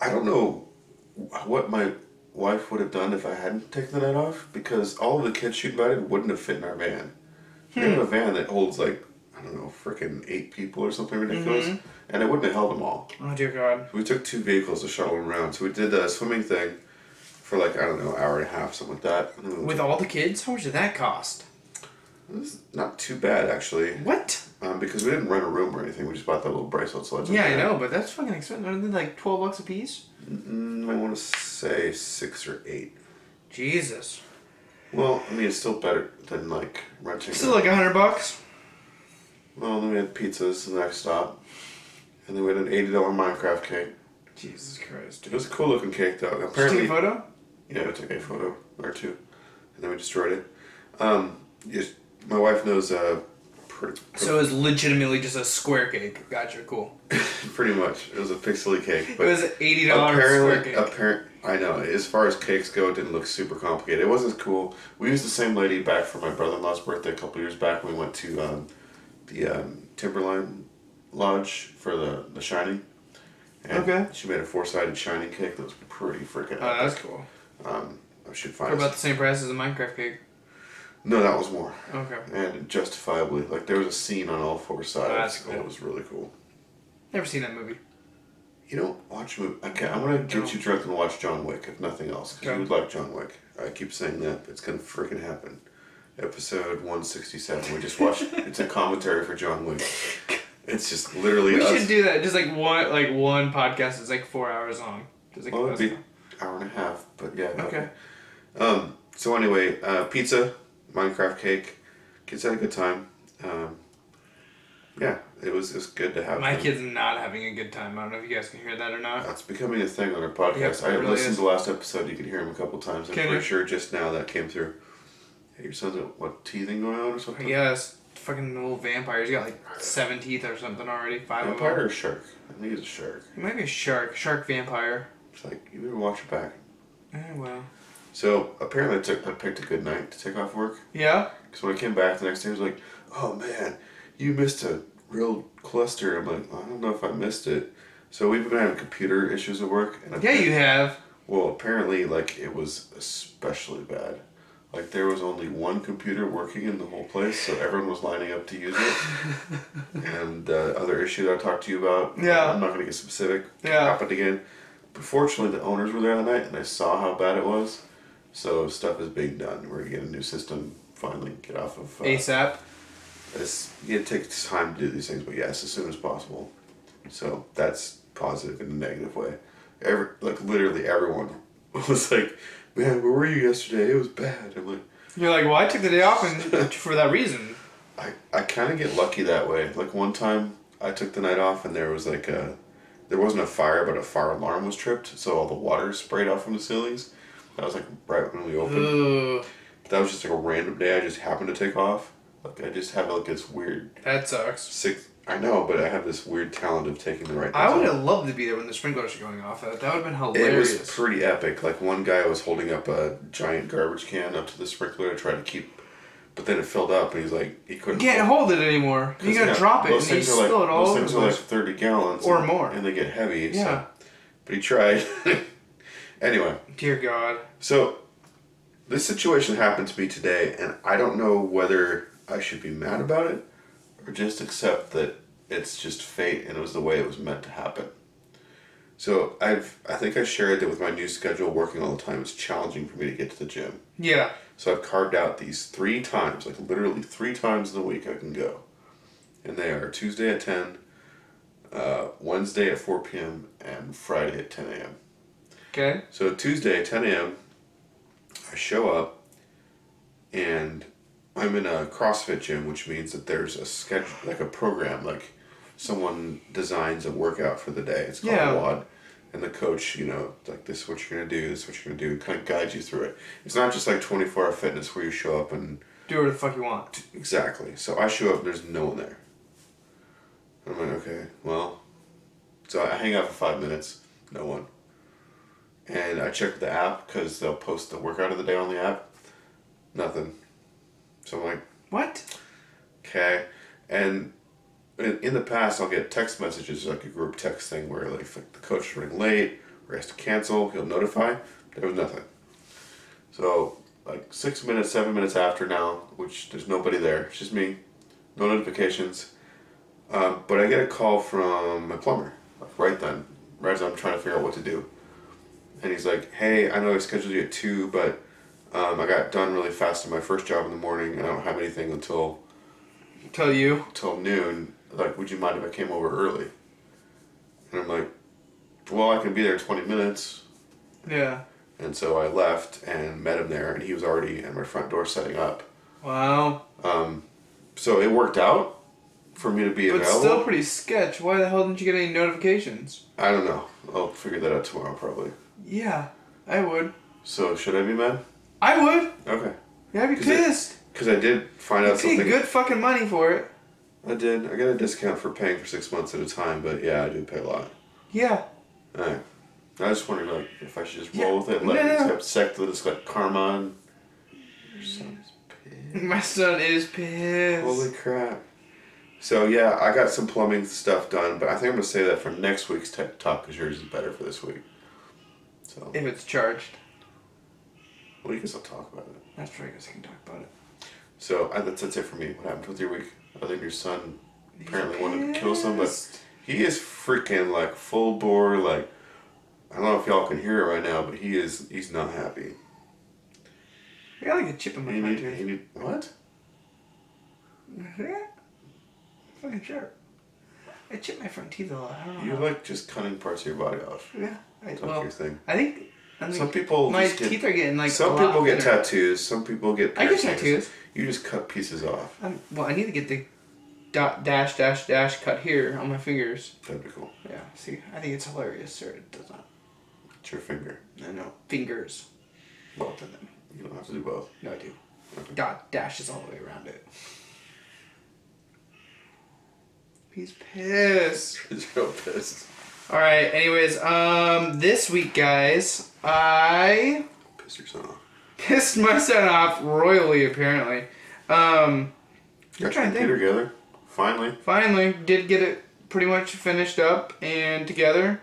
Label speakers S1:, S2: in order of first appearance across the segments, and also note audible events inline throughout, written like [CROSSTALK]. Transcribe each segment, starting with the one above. S1: I don't know what my wife would have done if I hadn't taken the night off because all of the kids she invited wouldn't have fit in our van. We have a van that holds like I don't know, freaking eight people or something ridiculous, and it wouldn't have held them all.
S2: Oh dear God.
S1: We took two vehicles to shuttle them around. So we did the swimming thing for like I don't know, an hour and a half, something like that. And then we
S2: With all the kids, how much did that cost?
S1: it was not too bad actually.
S2: What?
S1: Um, because we didn't rent a room or anything, we just bought that little bracelet. So that's
S2: Yeah, I
S1: okay.
S2: know, but that's fucking expensive. Aren't they like twelve bucks a piece?
S1: Mm, I want to say six or eight.
S2: Jesus.
S1: Well, I mean, it's still better than like renting.
S2: Still
S1: a-
S2: like a hundred bucks.
S1: well, then we had pizzas the next stop, and then we had an eighty dollar Minecraft cake.
S2: Jesus Christ.
S1: It was a cool looking cake though.
S2: Did you
S1: Apparently,
S2: take a photo?
S1: yeah, we took a photo or two, and then we destroyed it. Um, yes, my wife knows. Uh, pretty,
S2: So it was legitimately just a square cake. Gotcha, cool.
S1: pretty much, it was a pixely cake.
S2: It
S1: But
S2: was eighty dollars square
S1: apparently,
S2: cake.
S1: apparent. I know. As far as cakes go, it didn't look super complicated. It wasn't as cool. We used the same lady back for my brother-in-law's birthday a couple years back. We went to um, the um, Timberline Lodge for the the Shining. And
S2: Okay.
S1: She made a four-sided Shining cake that was pretty freaking.
S2: oh, that's
S1: epic.
S2: cool.
S1: Um, I should
S2: For
S1: find.
S2: about the
S1: us-
S2: same price as a Minecraft cake.
S1: No, that was more,
S2: Okay.
S1: and justifiably. Like there was a scene on all four sides.
S2: That's cool.
S1: and It was really cool.
S2: Never seen that movie.
S1: You don't watch movie. Okay, I'm gonna
S2: No.
S1: get you drunk and watch John Wick, if nothing else, because
S2: Okay.
S1: you would like John Wick. I keep saying that, but it's gonna freaking happen. Episode 167. We
S2: [LAUGHS]
S1: just watched. it's a commentary for John Wick. It's just literally.
S2: We
S1: us.
S2: should do that. Just like one, like one podcast is like four hours long. Just like
S1: Well, Oh, it'd
S2: us.
S1: be hour and a half, but yeah.
S2: Okay.
S1: Um. So anyway, uh, pizza, Minecraft cake. Kids had a good time. Um, yeah, it was. It was good to have.
S2: My
S1: them.
S2: kid's not having a good time. I don't know if you guys can hear that or not.
S1: That's becoming a thing on our podcast.
S2: Yep,
S1: I
S2: it really
S1: listened
S2: is.
S1: to the last episode. You can hear him a couple times. I'm
S2: Can
S1: pretty
S2: you?
S1: sure just now that came through. Hey, your son's got, what teething going on or something?
S2: Yeah, this fucking little vampire. He's got like seven teeth or something already. Five of
S1: Vampire
S2: them.
S1: or shark? I think it's a shark.
S2: He might be a shark. Shark vampire.
S1: It's like you better watch your back.
S2: Eh, well.
S1: So apparently, I, took, I picked a good night to take off work.
S2: Yeah.
S1: Because when I came back the next day, I was like, "Oh man, you missed a real cluster." I'm like, "I don't know if I missed it." So we've been having computer issues at work, and I
S2: Yeah, you have.
S1: Well, apparently, like it was especially bad. Like there was only one computer working in the whole place, so everyone was lining up to use
S2: [LAUGHS]
S1: it. and uh, other issue that I talked to you about.
S2: Yeah.
S1: I'm not gonna get specific.
S2: Yeah.
S1: Happened again. But fortunately, the owners were there that night, and I saw how bad it was. So stuff is being done. We're gonna get a new system. Finally, get off of uh,
S2: ASAP.
S1: it's, it takes time to do these things, but yes, as soon as possible. So that's positive in a negative way. Every like literally everyone [LAUGHS] was like, "Man, where were you yesterday? It was bad." I'm like,
S2: You're like, well, I took the day off and for that reason.
S1: I I kind of get lucky that way. Like one time, I took the night off, and there was like a, there wasn't a fire, but a fire alarm was tripped, so all the water sprayed out from the ceilings. That was like right when we opened.
S2: Ugh,
S1: That was just like a random day. I just happened to take off. Like I just have like this weird
S2: that sucks.
S1: six. I know, but I have this weird talent of taking the right.
S2: I
S1: things
S2: would
S1: out.
S2: have loved to be there when the sprinklers were going off. That that would have been
S1: It
S2: hilarious.
S1: was pretty epic. Like one guy was holding up a giant garbage can up to the sprinkler to try to keep, but then it filled up, and he's like, he couldn't.
S2: you can't hold it anymore. You gotta
S1: yeah,
S2: drop it and
S1: those
S2: you
S1: things
S2: spill
S1: are like-
S2: it all
S1: Those
S2: over the
S1: things are like
S2: place.
S1: thirty gallons
S2: Or
S1: and-
S2: more.
S1: and they get heavy. so-
S2: Yeah.
S1: but he tried. [LAUGHS] anyway,
S2: Dear God.
S1: so this situation happened to me today, and I don't know whether I should be mad about it or just accept that it's just fate and it was the way it was meant to happen. So I've I think I shared that with my new schedule working all the time it's challenging for me to get to the gym.
S2: Yeah.
S1: So I've carved out these three times, like literally three times in the week I can go. And they are Tuesday at 10, uh, Wednesday at 4 p.m., and Friday at 10 a.m.
S2: Okay.
S1: So Tuesday, 10 a.m., I show up and I'm in a CrossFit gym, which means that there's a schedule, like a program, like someone designs a workout for the day. It's called
S2: Yeah.
S1: WAD. And the coach, you know, like this is what you're going to do, this is what you're going to do, kind of guides you through it. It's not just like 24 hour fitness where you show up and
S2: Do whatever the fuck you want.
S1: Exactly. So I show up and there's no one there. I'm like, okay, well. So I hang out for five minutes, no one. And I check the app because they'll post the workout of the day on the app. Nothing. So I'm like,
S2: What?
S1: okay. And in, in the past, I'll get text messages, like a group text thing where like, if the coach is running late or has to cancel, he'll notify. There was nothing. So like six minutes, seven minutes after now, which there's nobody there. It's just me. No notifications. Um, but I get a call from my plumber, like right then, right as I'm trying to figure out what to do. And he's like, "Hey, I know I scheduled you at two, but um, I got done really fast on my first job in the morning, and I don't have anything until
S2: Tell you.
S1: till noon. Like, would you mind if I came over early? And I'm like, well, I can be there in 20 minutes.
S2: Yeah.
S1: And so I left and met him there, and he was already at my front door setting up. Um,
S2: Wow.
S1: So it worked out for me to be
S2: But
S1: available.
S2: still pretty sketch. Why the hell didn't you get any notifications?
S1: I don't know. I'll figure that out tomorrow probably.
S2: Yeah, I would.
S1: So should I be mad?
S2: I would.
S1: Okay.
S2: Yeah, I'd be
S1: Is it-
S2: pissed.
S1: Because I did find
S2: You
S1: out
S2: pay
S1: something.
S2: good fucking money for it.
S1: I did. I got a discount for paying for six months at a time, but yeah, I do pay a lot.
S2: Yeah.
S1: All right. I just wondered like if I should just roll
S2: Yeah.
S1: with it, and let
S2: No,
S1: it
S2: no, no.
S1: accept that it's like karma. And...
S2: [LAUGHS] My son is pissed.
S1: Holy crap. So yeah, I got some plumbing stuff done, but I think I'm gonna save that for next week's tech talk because yours is better for this week. So
S2: if it's charged.
S1: well, you guys will talk about it.
S2: That's right, I guess I can talk about it.
S1: So I, that's that's it for me. What happened with your week? Other than your son apparently wanted to kill somebody.
S2: pissed.
S1: He is freaking like full bore. Like I don't know if y'all can hear it right now, but he is he's not happy.
S2: I got like a chip in my
S1: He
S2: eye,
S1: need,
S2: dude.
S1: he need, what?
S2: [LAUGHS] Fucking sure. I chipped my front teeth a lot. I don't know.
S1: You're
S2: how.
S1: like just cutting parts of your body off.
S2: yeah. I,
S1: That's
S2: well,
S1: your thing.
S2: I think. I think
S1: Some people
S2: My
S1: just get-
S2: teeth are getting like. a
S1: some
S2: lot
S1: people get
S2: thinner.
S1: tattoos. Some people get.
S2: I get
S1: piercings.
S2: tattoos.
S1: You just cut pieces off.
S2: I'm, well, I need to get the dot dash dash dash cut here on my fingers.
S1: That'd be cool.
S2: Yeah. See, I think it's hilarious, sir. It does not.
S1: It's your finger.
S2: I know. Fingers.
S1: Both of them. You don't have to do both.
S2: No,
S1: [LAUGHS]
S2: I do. Dot dash is all the way around it. He's pissed.
S1: He's real pissed.
S2: All right. Anyways, um, this week, guys, I [LAUGHS]
S1: Piss your son off.
S2: pissed my son off royally. Apparently, um,
S1: Got your
S2: trying to
S1: computer together. Finally.
S2: finally did get it pretty much finished up and together.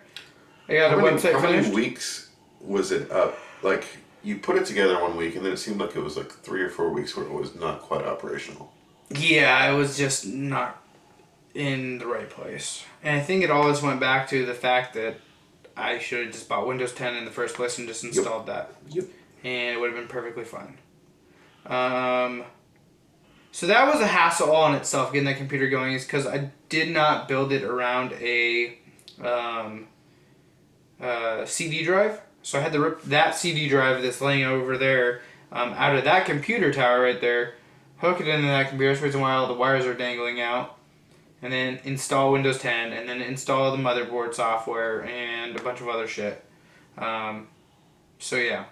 S2: I got
S1: How
S2: a
S1: many,
S2: website
S1: how many
S2: finished.
S1: weeks was it up? Like you put it together one week, and then it seemed like it was like three or four weeks where it was not quite operational.
S2: Yeah, I was just not in the right place. And I think it always went back to the fact that I should have just bought Windows 10 in the first place and just installed that.
S1: Yep.
S2: And it would have been perfectly fine. Um, so that was a hassle all in itself getting that computer going, is because I did not build it around a um, uh, CD drive. So I had to rip that CD drive that's laying over there um, out of that computer tower right there, hook it into that computer. That's the reason why all the wires are dangling out. And then install Windows 10, and then install the motherboard software and a bunch of other shit. Um, so yeah,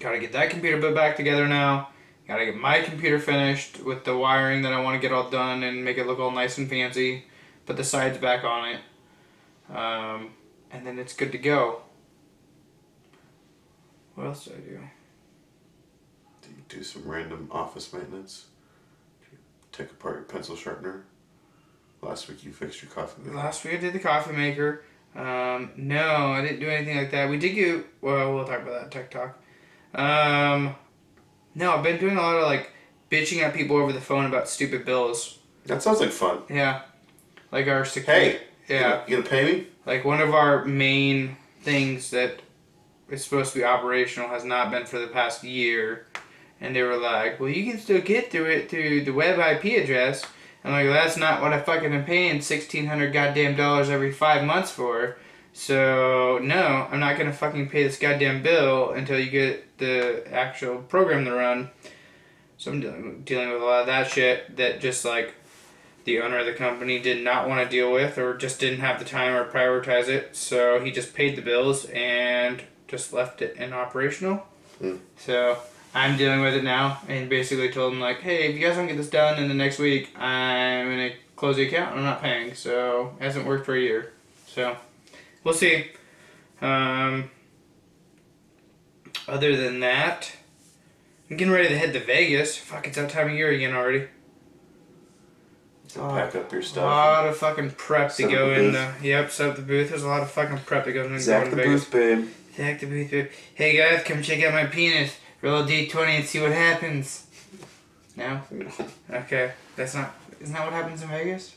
S2: gotta get that computer put back together now. Gotta get my computer finished with the wiring that I want to get all done and make it look all nice and fancy. Put the sides back on it, um, and then it's good to go. What else did I do?
S1: Do you do some random office maintenance? Do you Take apart your pencil sharpener. Last week you fixed your coffee maker.
S2: Last week I did the coffee maker. Um, no, I didn't do anything like that. We did get. Well, we'll talk about that in tech talk. Um, no, I've been doing a lot of like bitching at people over the phone about stupid bills.
S1: That sounds like fun.
S2: Yeah, like our security.
S1: Hey,
S2: Yeah,
S1: you gonna pay me?
S2: like one of our main things that is supposed to be operational has not been for the past year, and they were like, "Well, you can still get through it through the web IP address." I'm like, "That's not what I fucking am paying sixteen hundred goddamn dollars every five months for." So no, I'm not gonna fucking pay this goddamn bill until you get the actual program to run. So I'm dealing dealing with a lot of that shit that just like the owner of the company did not want to deal with or just didn't have the time or prioritize it so he just paid the bills and just left it inoperational so i'm dealing with it now and basically told him like hey if you guys don't get this done in the next week i'm gonna close the account and i'm not paying so it hasn't worked for a year so we'll see um, other than that i'm getting ready to head to vegas fuck it's that time of year again already
S1: So pack up your
S2: a
S1: stuff.
S2: lot of fucking prep to
S1: Set up
S2: go
S1: the
S2: in
S1: booth.
S2: the. Yep, set up the booth. There's a lot of fucking prep that goes into
S1: Zach
S2: going
S1: the
S2: to Vegas.
S1: booth, babe.
S2: Zach the booth. babe. Hey guys, come check out my penis. Roll a d20 and see what happens. No? Okay. That's not. Isn't that what happens in Vegas?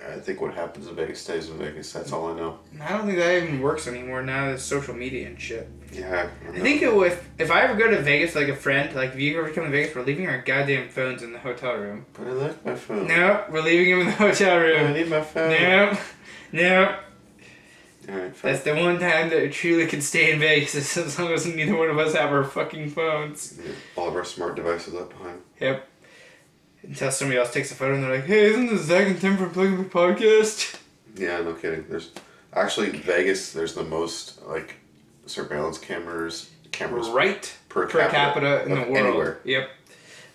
S1: I think what happens in Vegas stays in Vegas. That's all I know.
S2: I don't think that even works anymore now that it's social media and shit.
S1: Yeah. I,
S2: I think it, would- if, if I ever go to Vegas, like a friend, like if you ever come to Vegas, we're leaving our goddamn phones in the hotel room.
S1: But I like my phone.
S2: No, we're leaving them in the [LAUGHS] hotel
S1: I
S2: room.
S1: need my phone.
S2: No, no.
S1: All right, fine.
S2: That's the one time that we truly could stay in Vegas is [LAUGHS] as long as neither one of us have our fucking phones.
S1: Yeah, all of our smart devices up behind.
S2: Yep. Until somebody else takes a photo and they're like, hey, isn't this Zach and Tim from Plug and Play Podcast?
S1: Yeah, no kidding. There's actually Vegas. There's the most like surveillance cameras cameras
S2: Right
S1: per,
S2: per capita in the
S1: of
S2: world.
S1: anywhere,
S2: Yep.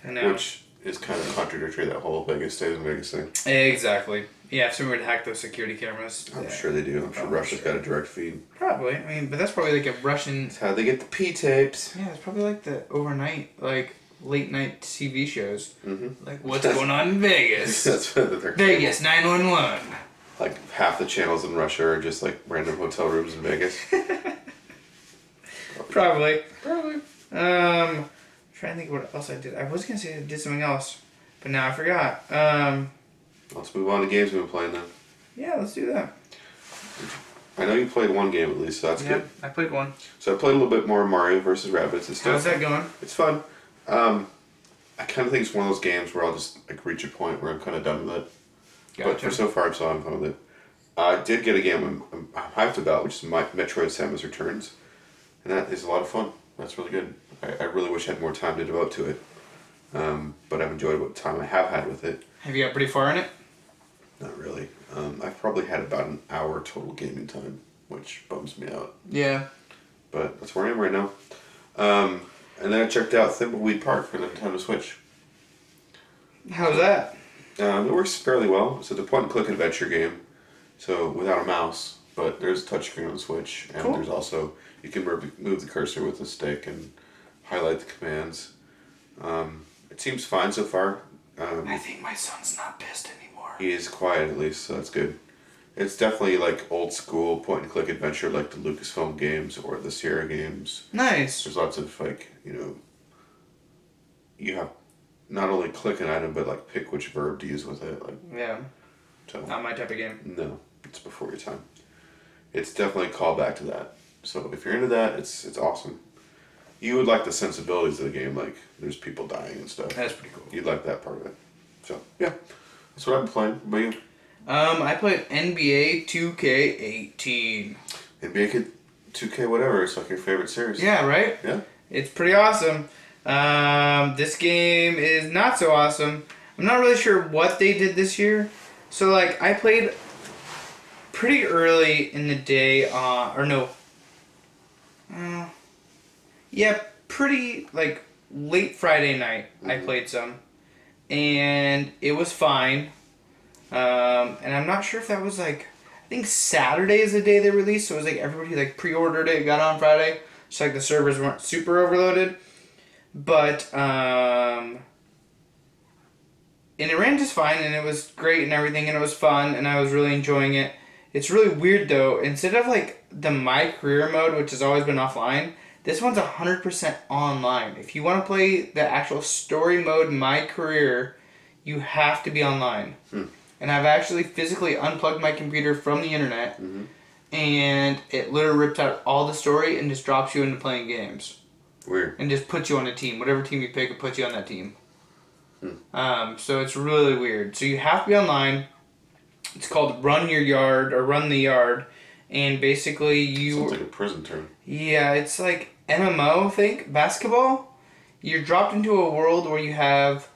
S2: I know.
S1: which is kind of contradictory to that whole Vegas stays in Vegas thing.
S2: exactly. Yeah, if someone were to hack those security cameras.
S1: I'm
S2: yeah.
S1: sure they do. I'm sure
S2: I'm
S1: Russia's
S2: sure.
S1: got a direct feed.
S2: Probably. I mean, but that's probably like a Russian.
S1: It's how they get the P tapes.
S2: Yeah, it's probably like the overnight, like late night TV shows.
S1: Mhm.
S2: Like, what's going on in Vegas?
S1: [LAUGHS] [LAUGHS] That's what they're
S2: Vegas 911.
S1: Like half the channels in Russia are just like random hotel rooms
S2: [LAUGHS]
S1: in Vegas.
S2: Probably. Probably. Um, trying to think what else I did. I was gonna say I did something else, but now I forgot. Um,
S1: Let's move on to games we've been playing then.
S2: yeah, let's do that.
S1: I know you played one game at least, so that's
S2: Yeah,
S1: good.
S2: I played one.
S1: So I played a little bit more Mario versus Rabbids and stuff.
S2: How's that going?
S1: It's fun. Um, I kind of think it's one of those games where I'll just like reach a point where I'm kind of done with it. But for so far, I'm still having fun with it. I did get a um, game I'm, I'm, I'm hyped about, which is my Metroid: Samus Returns, and that is a lot of fun. That's really good. I, I really wish I had more time to devote to it, um, but I've enjoyed what time I have had with it.
S2: Have you got pretty far in it?
S1: Not really. Um, I've probably had about an hour total gaming time, which bums me out.
S2: Yeah.
S1: But that's where I am right now. Um, and then I checked out Thimbleweed Park for the Nintendo Switch.
S2: How's that?
S1: Um, it works fairly well. It's a point and click adventure game, so without a mouse, but there's a touchscreen on the Switch, and
S2: Cool.
S1: there's also you can move, move the cursor with the stick and highlight the commands. Um, it seems fine so far. Um,
S2: think my son's not pissed anymore.
S1: he is quiet at least, so that's good. It's definitely like old school point and click adventure, like the Lucasfilm games or the Sierra games.
S2: Nice.
S1: There's lots of like you know. You have not only click an item, but like pick which verb to use with it. Like
S2: Yeah,
S1: so.
S2: not my type of game.
S1: No, it's before your time. It's definitely a callback to that. So if you're into that, it's it's awesome. You would like the sensibilities of the game, like there's people dying and stuff.
S2: That's pretty cool.
S1: You'd like that part of it. So yeah, that's what I've been playing. But you,
S2: Um, I played NBA 2K18.
S1: NBA Kid, 2K, whatever. It's like your favorite series.
S2: Yeah, right?
S1: Yeah.
S2: It's pretty awesome. Um, this game is not so awesome. I'm not really sure what they did this year. So, like, I played pretty early in the day, uh, or no. Uh, yeah, pretty, like, late Friday night, I played some. And it was fine. Um, and I'm not sure if that was, like, I think Saturday is the day they released, so it was like everybody like pre-ordered it, got on Friday. Just like the servers weren't super overloaded, but um, and it ran just fine, and it was great and everything, and it was fun, and I was really enjoying it. It's really weird though. Instead of like the my career mode, which has always been offline, this one's hundred percent online. If you want to play the actual story mode, my career, you have to be online and I've actually physically unplugged my computer from the internet, and it literally rips out all the story and just drops you into playing games
S1: Weird.
S2: and just puts you on a team. Whatever team you pick, it puts you on that team. Um, so it's really weird. So you have to be online. It's called Run Your Yard or Run the Yard, and basically you
S1: Sounds like a prison term.
S2: yeah, it's like MMO think basketball. You're dropped into a world where you have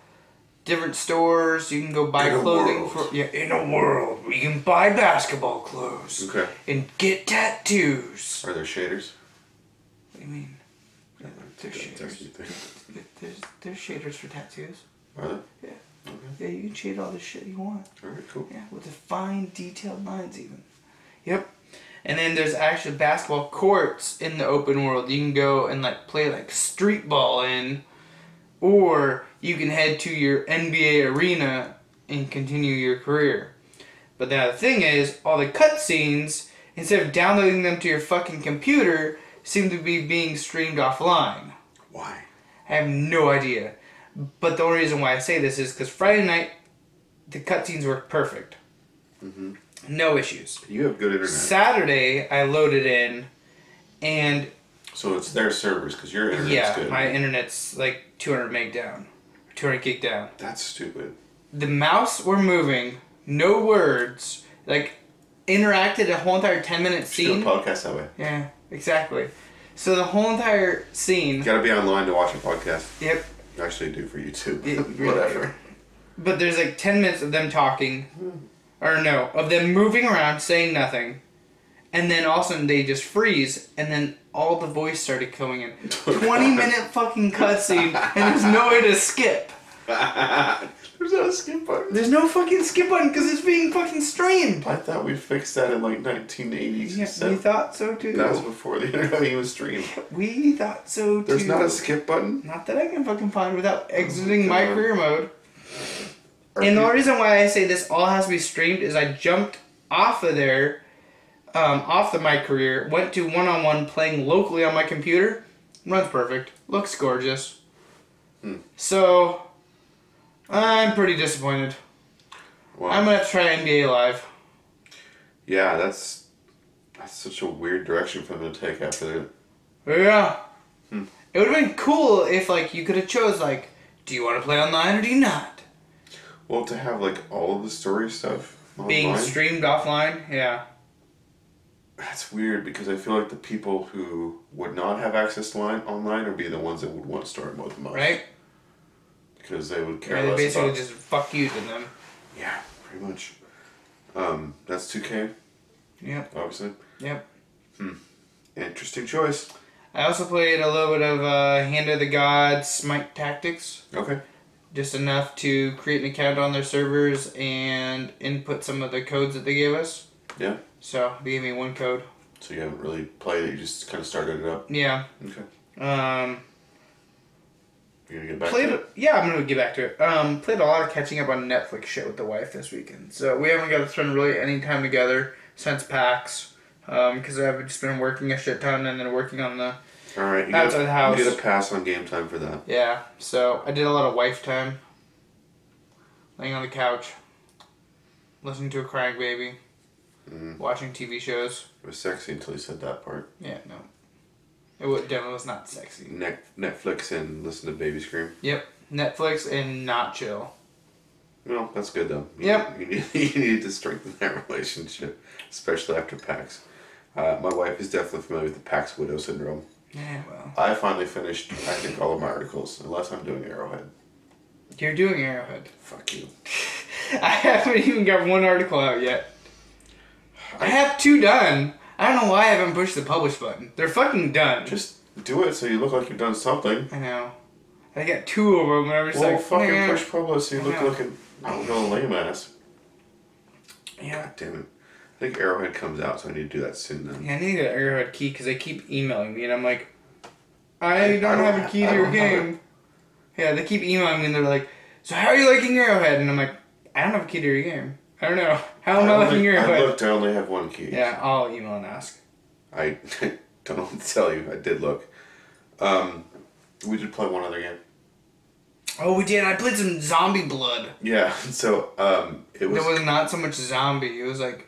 S2: different stores. You can go buy
S1: In a
S2: clothing
S1: world.
S2: for yeah in a world where you can buy basketball clothes
S1: Okay.
S2: and get tattoos.
S1: Are there shaders?
S2: What do you mean? There's shaders. There's, there's shaders for tattoos.
S1: Are there?
S2: Yeah, you can shade all the shit you want.
S1: All right, cool.
S2: Yeah, with the fine detailed lines even. Yep. And then there's actually basketball courts in the open world. You can go and like play like street ball in, or you can head to your NBA arena and continue your career. But now the thing is, all the cutscenes, instead of downloading them to your fucking computer, seem to be being streamed offline.
S1: Why?
S2: I have no idea. But the only reason why I say this is because Friday night, the cutscenes were perfect. No issues.
S1: You have good internet,
S2: Saturday, I loaded in, and
S1: so it's their servers because your internet's
S2: yeah,
S1: good.
S2: my internet's like 200 meg down, 200 gig down.
S1: That's stupid.
S2: The mouse were moving, no words, like interacted a whole entire 10 minute
S1: Should do a
S2: scene.
S1: podcast that way.
S2: Yeah, exactly. So the whole entire
S1: You
S2: scene.
S1: [LAUGHS] gotta be online to watch a podcast.
S2: Yep,
S1: Actually, I do for YouTube. [LAUGHS]
S2: Yeah, really.
S1: Whatever.
S2: But there's like 10 minutes of them talking. Or no, of them moving around, saying nothing. And then all of a sudden they just freeze, and then all the voice started coming in.
S1: [LAUGHS]
S2: 20 minute fucking cutscene, and there's no way to skip.
S1: There's not a skip button.
S2: There's no fucking skip button because it's being fucking streamed.
S1: I thought we fixed that in like 1980s.
S2: Yeah,
S1: So
S2: we thought so too.
S1: that was before the internet even streamed.
S2: [LAUGHS] we thought so too.
S1: There's not a skip button.
S2: Not that I can fucking find without exiting my
S1: God.
S2: career mode.
S1: Oh, Are
S2: And the
S1: peop-
S2: only reason why I say this all has to be streamed is I jumped off of there, um, off of my career, went to one on one playing locally on my computer. Runs perfect, looks gorgeous.
S1: Hmm.
S2: So, I'm pretty disappointed.
S1: Wow.
S2: I'm gonna have to try NBA Live.
S1: yeah, that's that's such a weird direction for them to take after that.
S2: Yeah.
S1: Hmm.
S2: It would have been cool if like you could have chose like, do you want to play online or do you not?
S1: Well, to have like all of the story stuff online.
S2: Being streamed offline, yeah.
S1: that's weird because I feel like the people who would not have access to line online would be the ones that would want story mode the most.
S2: Right?
S1: Because they would care
S2: Yeah, they
S1: less
S2: basically
S1: about.
S2: just fuck you to them.
S1: Yeah, pretty much. Um, that's 2K,
S2: Yep.
S1: obviously.
S2: Yep.
S1: Interesting choice.
S2: I also played a little bit of uh, Hand of the God Smite Tactics,
S1: Okay.
S2: just enough to create an account on their servers and input some of the codes that they gave us.
S1: Yeah.
S2: So they gave me one code.
S1: So you haven't really played it. You just kind of started it up.
S2: Yeah.
S1: Okay.
S2: Um,
S1: You're gonna get back to
S2: Played,
S1: it.
S2: yeah, I'm gonna get back to it. Um, played a lot of catching up on Netflix shit with the wife this weekend, so we haven't got to spend really any time together since PAX, because I've just been working a shit ton and then working on the
S1: All right, you
S2: That's
S1: get, a,
S2: a house.
S1: you get a pass on game time for that.
S2: yeah. So I did a lot of wife time, laying on the couch, listening to a crying baby,
S1: Mm.
S2: watching TV shows.
S1: It was sexy until you said that part.
S2: Yeah, no, it was, definitely was not sexy.
S1: Net, Netflix and listen to baby scream.
S2: Yep, Netflix and not chill.
S1: Well, that's good though. You,
S2: Yep.
S1: You need, [LAUGHS] you need to strengthen that [LAUGHS] relationship, especially after PAX. Uh, my wife is definitely familiar with the PAX widow syndrome.
S2: Yeah, well,
S1: I finally finished, I think, all of my articles, unless I'm doing Arrowhead.
S2: you're doing Arrowhead. [LAUGHS]
S1: Fuck you.
S2: I haven't even got one article out yet. I have two done. I don't know why I haven't pushed the publish button. They're fucking done.
S1: Just do it so you look like you've done something.
S2: I know. I got two of them, and I'm just
S1: well,
S2: like,
S1: fucking
S2: "Man."
S1: push Pablo so you look
S2: Yeah.
S1: like a like a lame ass.
S2: Yeah.
S1: God damn it. I think Arrowhead comes out, so I need to do that soon then.
S2: yeah, I need an Arrowhead key because they keep emailing me, and I'm like, I don't, have a key
S1: I
S2: to your
S1: don't have
S2: game. Yeah, they keep emailing me, and they're like, so how are you liking Arrowhead? And I'm like, I don't have a key to your game. I don't know. [LAUGHS] How am I,
S1: I
S2: liking
S1: only- I
S2: Arrowhead?
S1: looked, I only have one key.
S2: Yeah, I'll email and ask.
S1: I [LAUGHS] don't [LAUGHS] know what to tell you. I did look. Um, we did play one other game.
S2: Oh, we did. I played some Zombie Blood.
S1: Yeah, [LAUGHS] so um, it was
S2: There was not so much zombie. It was like.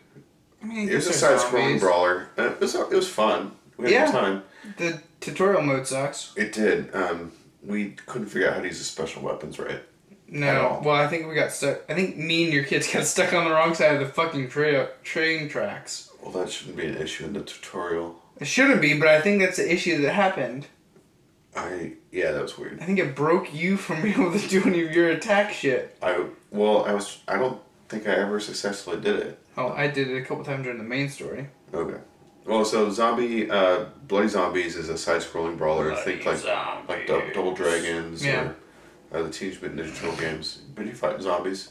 S2: I mean,
S1: it was a
S2: there's
S1: side-scrolling
S2: zombies.
S1: brawler. And It was it was fun. We had a
S2: Yeah.
S1: good time.
S2: The tutorial mode sucks.
S1: It did. Um, we couldn't figure out how to use the special weapons right. At
S2: No.
S1: all.
S2: Well, I think we got stuck. I think me and your kids [LAUGHS] got stuck on the wrong side of the fucking tra- train tracks.
S1: Well, that shouldn't be an issue in the tutorial.
S2: It shouldn't be, but I think that's the issue that happened.
S1: I yeah, that was weird.
S2: I think it broke you from being able to do any of your attack shit.
S1: I well, I was I don't think I ever successfully did it.
S2: Oh, I did it a couple times during the main story.
S1: Okay. Well, so zombie, uh, bloody zombies is a side-scrolling brawler. think like like Dou- Double Dragons
S2: Yeah.
S1: or uh, the Teenage Mutant Ninja Turtle games. But you fight zombies.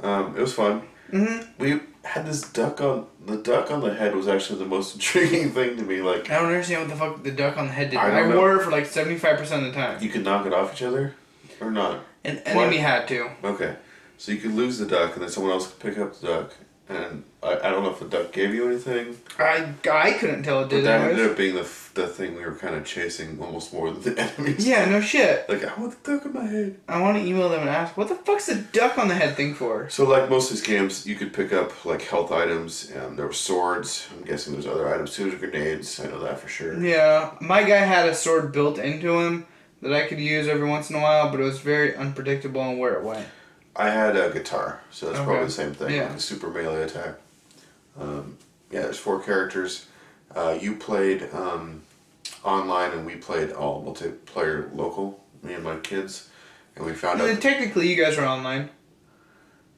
S1: Um, it was fun.
S2: Mhm.
S1: We had this duck on the duck on the head was actually the most [LAUGHS] intriguing thing to me. Like
S2: I don't understand what the fuck the duck on the head did.
S1: I
S2: I,
S1: don't know.
S2: wore it for like 75% of the time.
S1: you could knock it off each other or not.
S2: An enemy had to.
S1: Okay, so you could lose the duck and then someone else could pick up the duck. And I, I don't know if the duck gave you anything,
S2: I, I couldn't tell it
S1: but
S2: did
S1: that
S2: anyways.
S1: ended up being the, f- the thing we were kind of chasing almost more than the [LAUGHS] enemies.
S2: Yeah, no shit.
S1: Like, I want the duck on my head.
S2: I want to email them and ask, what the fuck's the duck on the head thing for?
S1: So, like most of these games, you could pick up like health items. Um, there were swords. I'm guessing there's other items too. There's grenades. I know that for sure.
S2: Yeah, my guy had a sword built into him that I could use every once in a while, but it was very unpredictable on where it went.
S1: I had a guitar, so that's probably
S2: Okay.
S1: the same thing.
S2: Yeah.
S1: Like a super melee attack. Um, yeah, there's four characters. Uh, you played um, online, and we played all multiplayer local. Me and my kids, and we found
S2: And then
S1: out.
S2: technically, you guys were online.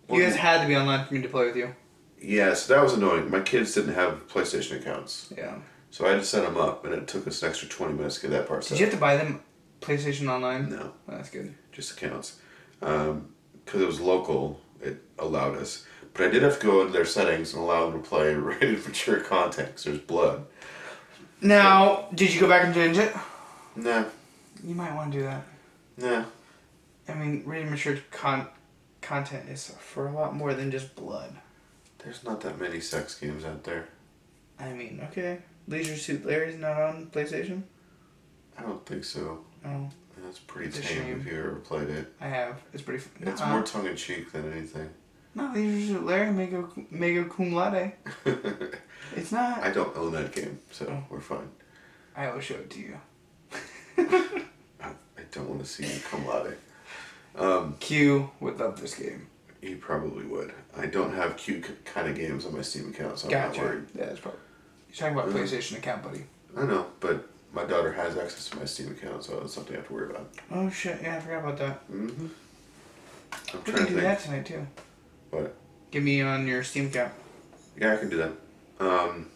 S2: You
S1: Well,
S2: guys had to be online for me to play with you.
S1: yeah, so that was annoying. My kids didn't have PlayStation accounts,
S2: Yeah.
S1: so I had to set them up, and it took us an extra 20 minutes to get that part
S2: Did
S1: set.
S2: you have to buy them PlayStation Online?
S1: no.
S2: Oh, that's good.
S1: just accounts. Because it was local, it allowed us. But I did have to go into their settings and allow them to play [LAUGHS] rated mature content 'cause there's blood.
S2: Now, did you go back and change it?
S1: Nah,
S2: You might want to do that.
S1: nah.
S2: I mean, really mature con- content is for a lot more than just blood.
S1: There's not that many sex games out there.
S2: I mean, okay. Leisure Suit Larry's not on PlayStation?
S1: I don't think so.
S2: Oh,
S1: That's pretty
S2: It's a
S1: tame
S2: shame.
S1: if you ever played it.
S2: I have. It's pretty. uh, Fun.
S1: It's more tongue in cheek than anything. [LAUGHS]
S2: No, these are just Larry mega mega cum laude. It's not.
S1: I don't own that game, so
S2: Oh.
S1: we're fine.
S2: I will show it to you. [LAUGHS]
S1: I, I don't want to see you come out it. Um,
S2: Q would love this game.
S1: you probably would. I don't have cute kind of games on my Steam account, so I'm not worried.
S2: Gotcha. Yeah, that's probably. Oh, You're talking about
S1: Yeah.
S2: PlayStation account, buddy.
S1: I know, but my daughter has access to my Steam account, so that's something I have to worry about.
S2: Oh shit! Yeah, I forgot about that.
S1: Mm-hmm. I'm
S2: We
S1: trying
S2: can
S1: to
S2: do
S1: think.
S2: that tonight too.
S1: What?
S2: Give me on your Steam account.
S1: Yeah, I can do that. Um,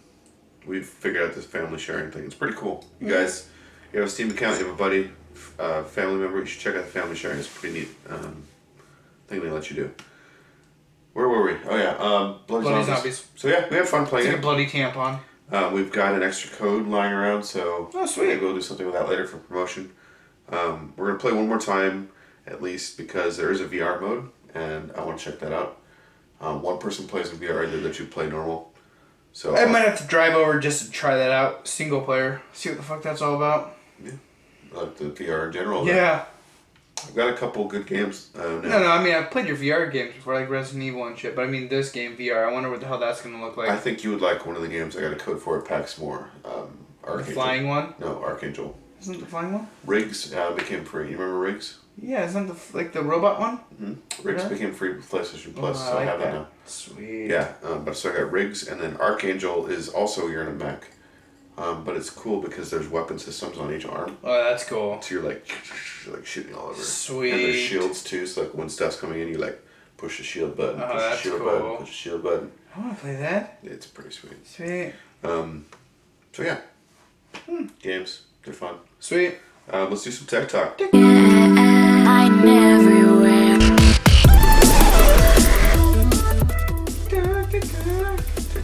S1: we've figured out this family sharing thing. It's pretty cool. You guys, you have a Steam account, you have a buddy, f- uh, family member. You should check out the family sharing. It's a pretty neat um, thing they let you do. Where were we? Oh yeah, um, Bloody,
S2: Bloody
S1: zombies.
S2: Zombies.
S1: So yeah, we had fun
S2: It's
S1: playing
S2: like a
S1: it.
S2: bloody tampon.
S1: Um, we've got an extra code lying around, so
S2: Oh, sweet.
S1: maybe we'll do something with that later for promotion. Um, we're gonna play one more time at least because there is a VR mode, and I want to check that out. Um, one person plays in VR, the other two play normal. So
S2: I might have to drive over just to try that out, single player. See what the fuck that's all about.
S1: like the VR in general.
S2: Yeah.
S1: I've got a couple good games. Uh, now.
S2: No, no. I mean, I've played your VR games before, like Resident Evil and shit. But I mean, this game VR. I wonder what the hell that's gonna look like.
S1: I think you would like one of the games I got a code for at PAX More. Um,
S2: the
S1: Archangel.
S2: flying one.
S1: No, Archangel.
S2: Isn't it the flying one?
S1: Riggs uh, became free. You remember Riggs?
S2: Yeah. Isn't it the like the robot one?
S1: Riggs
S2: Yeah.
S1: became free with PlayStation
S2: Hmm? Oh,
S1: Plus, so I
S2: like
S1: have that now.
S2: Sweet.
S1: Yeah, um, but so I got Riggs, and then Archangel is also you're in a mech, um, but it's cool because there's weapon systems on each arm,
S2: Oh, that's cool.
S1: so you're like [LAUGHS] you're, like shooting all over. And there's
S2: Sweet.
S1: shields too, so like when stuff's coming in, you like push the shield button,
S2: Oh,
S1: push the
S2: that's
S1: shield
S2: cool.
S1: button, push the shield button.
S2: I want to play that.
S1: It's pretty sweet.
S2: Sweet.
S1: Um, so yeah,
S2: Hmm.
S1: games they're fun.
S2: Sweet.
S1: Um, let's do some tech talk.
S3: I'm everywhere.
S1: Tech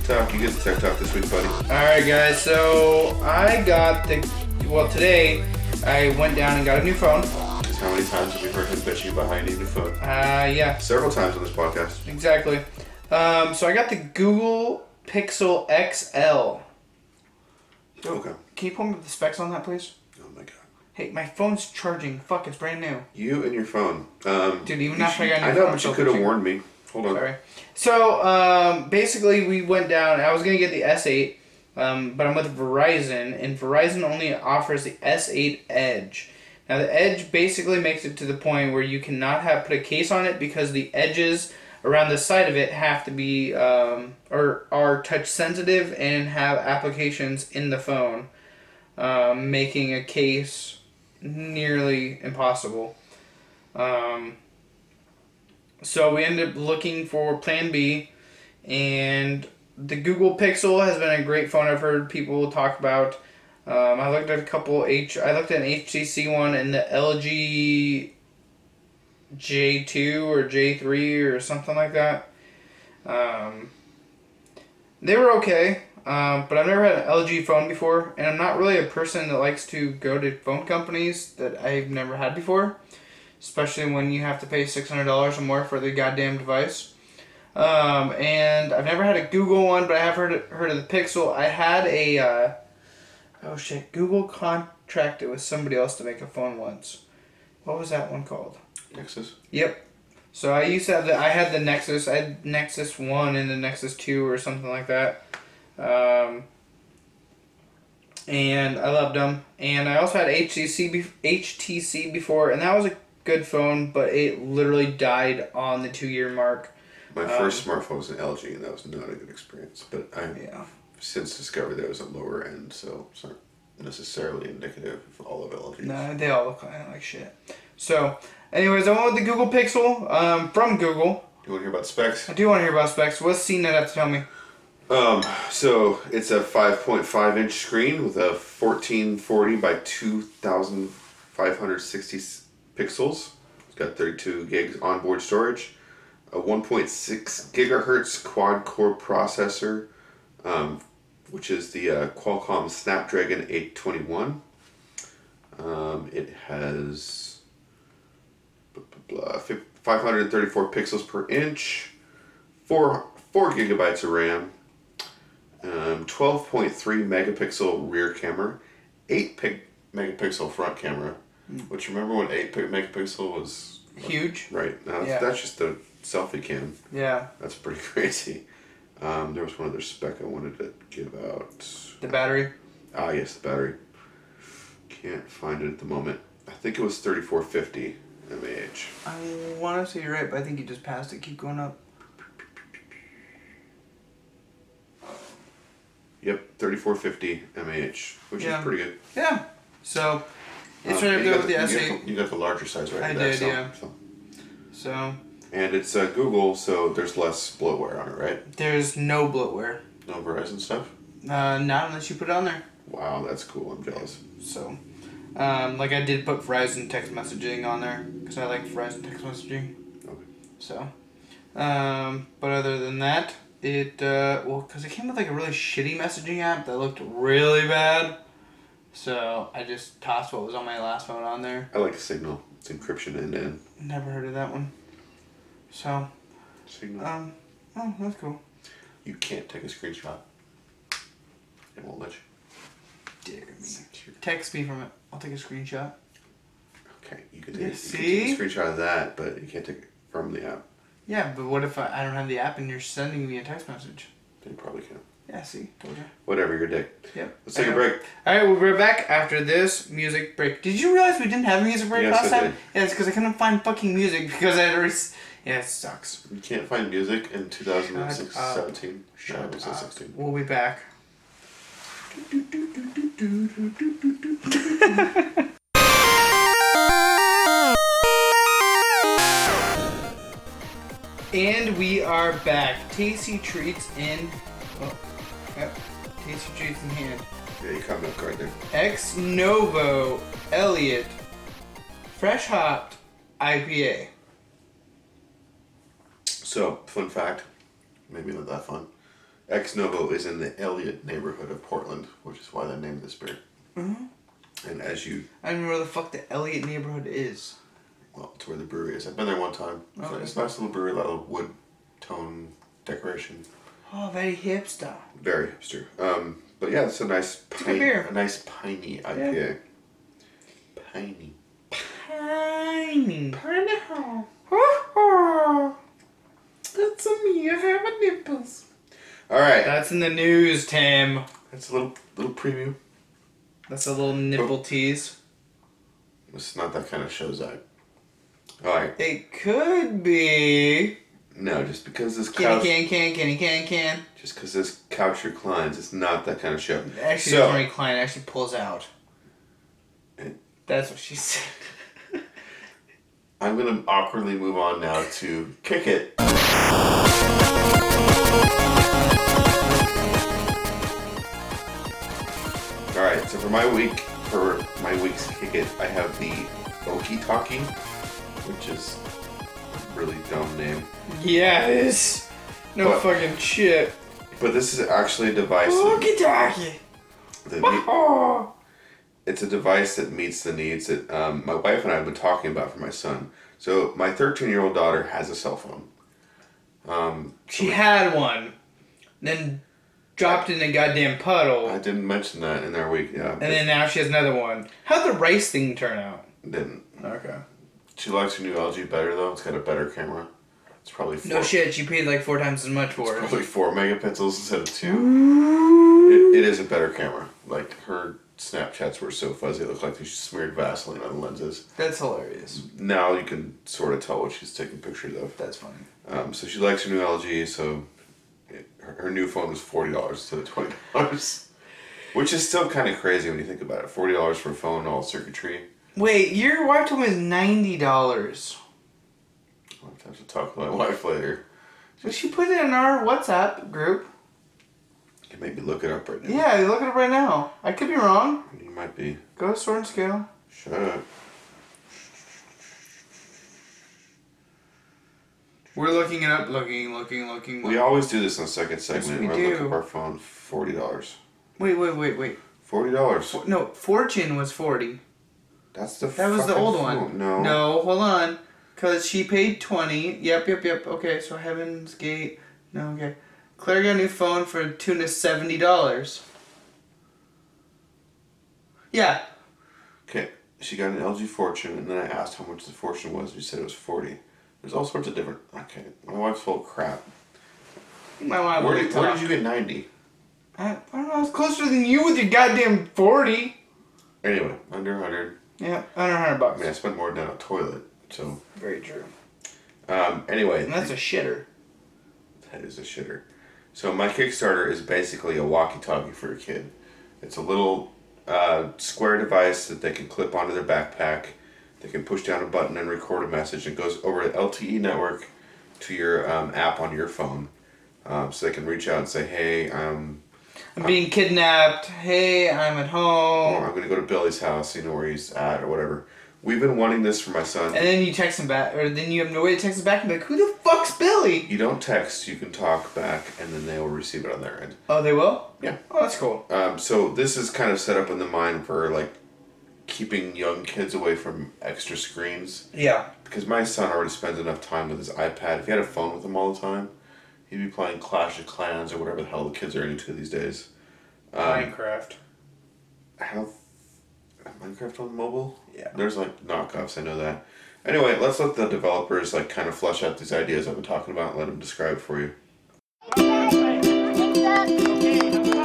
S1: talk. You get the tech talk this week, buddy.
S2: All right, guys. So I got the well today. I went down and got a new phone.
S1: Just how many times have we heard him bitching about how you need a phone?
S2: Uh, yeah,
S1: Several times on this podcast.
S2: exactly. Um, so I got the Google Pixel XL. Oh,
S1: Okay.
S2: Can you pull me the specs on that, please?
S1: Oh my god.
S2: Hey, my phone's charging. Fuck, it's brand new.
S1: You and your phone. Um,
S2: Dude, even
S1: you
S2: after I got a new
S1: I know,
S2: phone,
S1: but
S2: so
S1: you could have
S2: bitching.
S1: warned me. Hold on.
S2: Sorry. So um, basically, we went down. I was gonna get the S8, um, but I'm with Verizon, and Verizon only offers the S8 Edge. Now the Edge basically makes it to the point where you cannot have put a case on it because the edges around the side of it have to be um, or are touch sensitive and have applications in the phone, um, making a case nearly impossible. Um, so we ended up looking for Plan B, and the Google Pixel has been a great phone. I've heard people talk about. Um, I looked at a couple H. I looked at an HTC one and the LG J two or J three or something like that. Um, they were okay, um, but I've never had an LG phone before, and I'm not really a person that likes to go to phone companies that I've never had before especially when you have to pay six hundred dollars or more for the goddamn device. Um, and I've never had a Google one, but I have heard heard of the Pixel. I had a uh, oh shit, Google contracted with somebody else to make a phone once. What was that one called?
S1: Nexus.
S2: Yep. So I used to have the I had the Nexus I had Nexus One and the Nexus Two or something like that, um, and I loved them. And I also had HTC be- HTC before, and that was a good phone, but it literally died on the two year mark.
S1: My
S2: Um,
S1: first smartphone was an LG, and that was not a good experience. But I have
S2: Yeah.
S1: since discovered that it was a lower end, so it's not necessarily indicative of all of LGs.
S2: No, they all look kinda like shit. So, anyways, I went with the Google Pixel um, from Google.
S1: You want to hear about specs?
S2: I do want to hear about specs. What's CNET have to tell me?
S1: Um, so it's a 5.5 inch screen with a 1440 by 2560 s- pixels. It's got 32 gigs onboard storage, a 1.6 gigahertz quad core processor, um, which is the uh, Qualcomm Snapdragon 821. Um, it has blah, blah, blah, fif- 534 pixels per inch, four four gigabytes of RAM um, 12.3 megapixel rear camera, 8 pic- megapixel front camera,
S2: Hmm.
S1: which remember when 8 pic- megapixel was
S2: Huge.
S1: right now?
S2: Yeah.
S1: That's just a selfie cam.
S2: Yeah.
S1: That's pretty [LAUGHS] crazy. Um, there was one other spec I wanted to give out.
S2: The battery.
S1: Ah, yes, the battery. Can't find it at the moment. I think it was 3450 mAh.
S2: I want to say you're right, but I think you just passed it. Keep going up.
S1: Yep, 3450 mAh, which
S2: Yeah.
S1: is pretty good.
S2: Yeah. So it's
S1: Um,
S2: right up
S1: you
S2: there
S1: got
S2: with the
S1: you got
S2: S8.
S1: You got the larger size right
S2: I
S1: there.
S2: did,
S1: so-
S2: yeah.
S1: so-
S2: So
S1: And it's uh, Google, so there's less bloatware on it, right?
S2: there's no bloatware.
S1: No Verizon stuff.
S2: Uh, not unless you put it on there.
S1: Wow, that's cool. I'm jealous.
S2: So, um, like I did put Verizon text messaging on there because I like Verizon text messaging.
S1: Okay.
S2: So, um, but other than that, it uh, well, because it came with like a really shitty messaging app that looked really bad. So I just tossed what was on my last phone on there.
S1: I like Signal. It's encryption end to end.
S2: Never heard of that one. So,
S1: Signal.
S2: um, oh, that's cool.
S1: you can't take a screenshot. It won't let you.
S2: Dare me. Text me from it. I'll take a screenshot.
S1: Okay, you can take,
S2: You
S1: you
S2: see?
S1: can take a screenshot of that, but you can't take it from the app.
S2: Yeah, but what if I, I don't have the app and you're sending me a text message?
S1: They probably can.
S2: Yeah, see, told you.
S1: Whatever, you're a dick.
S2: Yep.
S1: Let's take a break.
S2: All right, we'll be right back after this music break. Did you realize we didn't have a music break
S1: Yes,
S2: last
S1: I
S2: time?
S1: did.
S2: Yeah, it's because I couldn't find fucking music because I already. s- Yeah, it sucks.
S1: You can't find music in 2016,
S2: Shut up.
S1: 17. No, it was
S2: up.
S1: 16.
S2: We'll be back. And we are back. Tasty treats in. Oh, yep. Tasty treats in hand.
S1: Yeah, you caught me off guard there.
S2: Ex Novo Elliot Fresh Hopped IPA.
S1: So, fun fact, maybe not that fun. Ex Novo is in the Elliott neighborhood of Portland, which is why they named this beer. Mm-hmm. And as you,
S2: I don't even know where the fuck the Elliot neighborhood is.
S1: well, it's where the brewery is. I've been there one time. It's,
S2: Okay.
S1: it's a nice little brewery, a lot of wood tone decoration.
S2: Oh, very hipster.
S1: Very hipster. Um, but yeah, it's a
S2: a
S1: nice
S2: good
S1: pine,
S2: beer.
S1: a nice piney IPA. Piney.
S2: Piney. Piney.
S1: That's a me. I have a nipples. All right,
S2: That's in the news, Tim.
S1: that's a little little preview.
S2: That's a little
S1: Oh.
S2: nipple tease.
S1: It's not that kind of show, Zach. All right,
S2: It could be.
S1: no, just because this
S2: Can,
S1: couch,
S2: can, can, can, can, can.
S1: just because this couch reclines, it's not that kind of show.
S2: Actually,
S1: so,
S2: Marie Klein actually pulls out. That's what she
S1: [LAUGHS]
S2: said.
S1: I'm gonna awkwardly move on now to kick it. All right, so for my week, for my week's kick it, I have the Okie Talkie, which is a really dumb name,
S2: yes. No
S1: What?
S2: fucking shit.
S1: but this is actually a device.
S2: Okey
S1: that-
S2: dokey.
S1: that me-
S2: Oh.
S1: it's a device that meets the needs that um, my wife and I have been talking about for my son. So my 13 year old daughter has a cell phone. Um,
S2: She had one, then dropped it in a goddamn puddle,
S1: I
S2: and
S1: didn't mention that in our week. Yeah, but
S2: then now she has another one. How'd the rice thing turn out?
S1: didn't.
S2: Okay.
S1: She likes her new LG better though. It's got a better camera. It's probably four,
S2: No shit, she paid like four times as much for it.
S1: Probably four megapixels instead of two. It, it is a better camera. Like her Snapchats were so fuzzy, it looked like she smeared Vaseline on the lenses.
S2: [LAUGHS] That's hilarious.
S1: Now you can sort of tell what she's taking pictures of.
S2: That's funny.
S1: Um, so she likes her new LG, so it, her, her new phone was forty dollars instead of twenty dollars, which is still kind of crazy when you think about it. Forty dollars for a phone, all circuitry.
S2: Wait, your wife told me it's ninety dollars.
S1: I'll have to talk to my [LAUGHS] wife later.
S2: So she put it in our WhatsApp group.
S1: You can maybe look it up right now.
S2: Yeah, look at it right now. I could be wrong.
S1: You might be.
S2: Go to Sword and Scale.
S1: Shut up.
S2: We're looking it up, looking, looking, looking.
S1: We always do this in the second segment.
S2: we
S1: where I
S2: do.
S1: look up our phone. Forty dollars.
S2: Wait, wait, wait, wait.
S1: Forty dollars.
S2: No, Fortune was forty.
S1: That's the.
S2: That was the
S1: fucking
S2: old
S1: phone.
S2: one.
S1: No.
S2: No, hold on. Cause she paid twenty. Yep, yep, yep. Okay, so Heaven's Gate. No, okay. Claire got a new phone for a tune of seventy dollars. Yeah.
S1: Okay. She got an LG Fortune, and then I asked how much the Fortune was. and She said it was forty. There's all sorts of different. Okay, my wife's full of crap.
S2: My wife
S1: Where
S2: would
S1: did, where
S2: talk.
S1: did you get 90?
S2: I, I don't know, I was closer than you with your goddamn forty.
S1: Anyway, under 100.
S2: Yeah, under hundred
S1: I
S2: bucks.
S1: mean, I spend more than a toilet. So,
S2: Very true.
S1: um, anyway,
S2: And that's a shitter.
S1: that is a shitter. So, my Kickstarter is basically a walkie talkie for a kid. It's a little uh, square device that they can clip onto their backpack. They can push down a button and record a message. It goes over the LTE E network to your um, app on your phone. Um, so, they can reach out and say, hey, um,
S2: I'm being kidnapped. Hey, I'm at
S1: oh,
S2: home.
S1: I'm going to go to Billy's house, you know where he's at, or whatever. We've been wanting this for my son.
S2: And then you text him back, or then you have no way to text him back and be like, who the fuck's Billy?
S1: You don't text, you can talk back, and then they will receive it on their end.
S2: Oh, they will?
S1: Yeah.
S2: Oh, that's cool.
S1: Um, so this is kind of set up in the mind for like keeping young kids away from extra screens
S2: Yeah.
S1: because my son already spends enough time with his iPad. If he had a phone with him all the time, he'd be playing Clash of Clans or whatever the hell the kids are into these days. Um,
S2: Minecraft.
S1: How Minecraft on mobile?
S2: Yeah.
S1: There's like knockoffs. I know that. Anyway, let's let the developers like kind of flesh out these ideas I've been talking about and let them describe for you.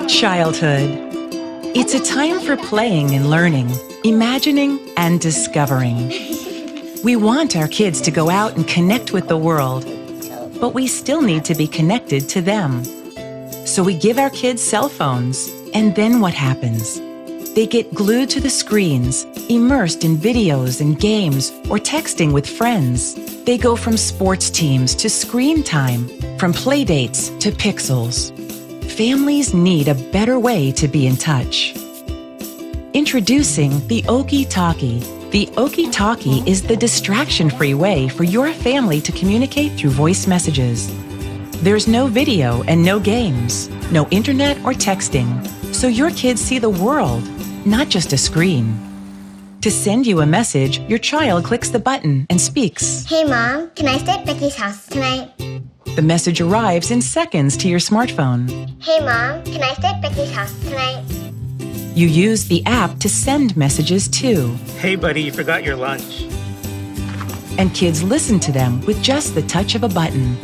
S4: Childhood. It's a time for playing and learning, imagining and discovering. We want our kids to go out and connect with the world, but we still need to be connected to them. So we give our kids cell phones, and then what happens? They get glued to the screens, immersed in videos and games, or texting with friends. They go from sports teams to screen time, from playdates to pixels. Families need a better way to be in touch. Introducing the Okie Talkie. The Okie Talkie is the distraction free way for your family to communicate through voice messages. There's no video and no games, no internet or texting, so your kids see the world, not just a screen. To send you a message, your child clicks the button and speaks.
S5: Hey mom, can I stay at Becky's house tonight?
S4: The message arrives in seconds to your smartphone.
S5: Hey mom, can I stay at Becky's house tonight?
S4: You use the app to send messages too,
S6: Hey, buddy, you forgot your lunch.
S4: and kids listen to them with just the touch of a button.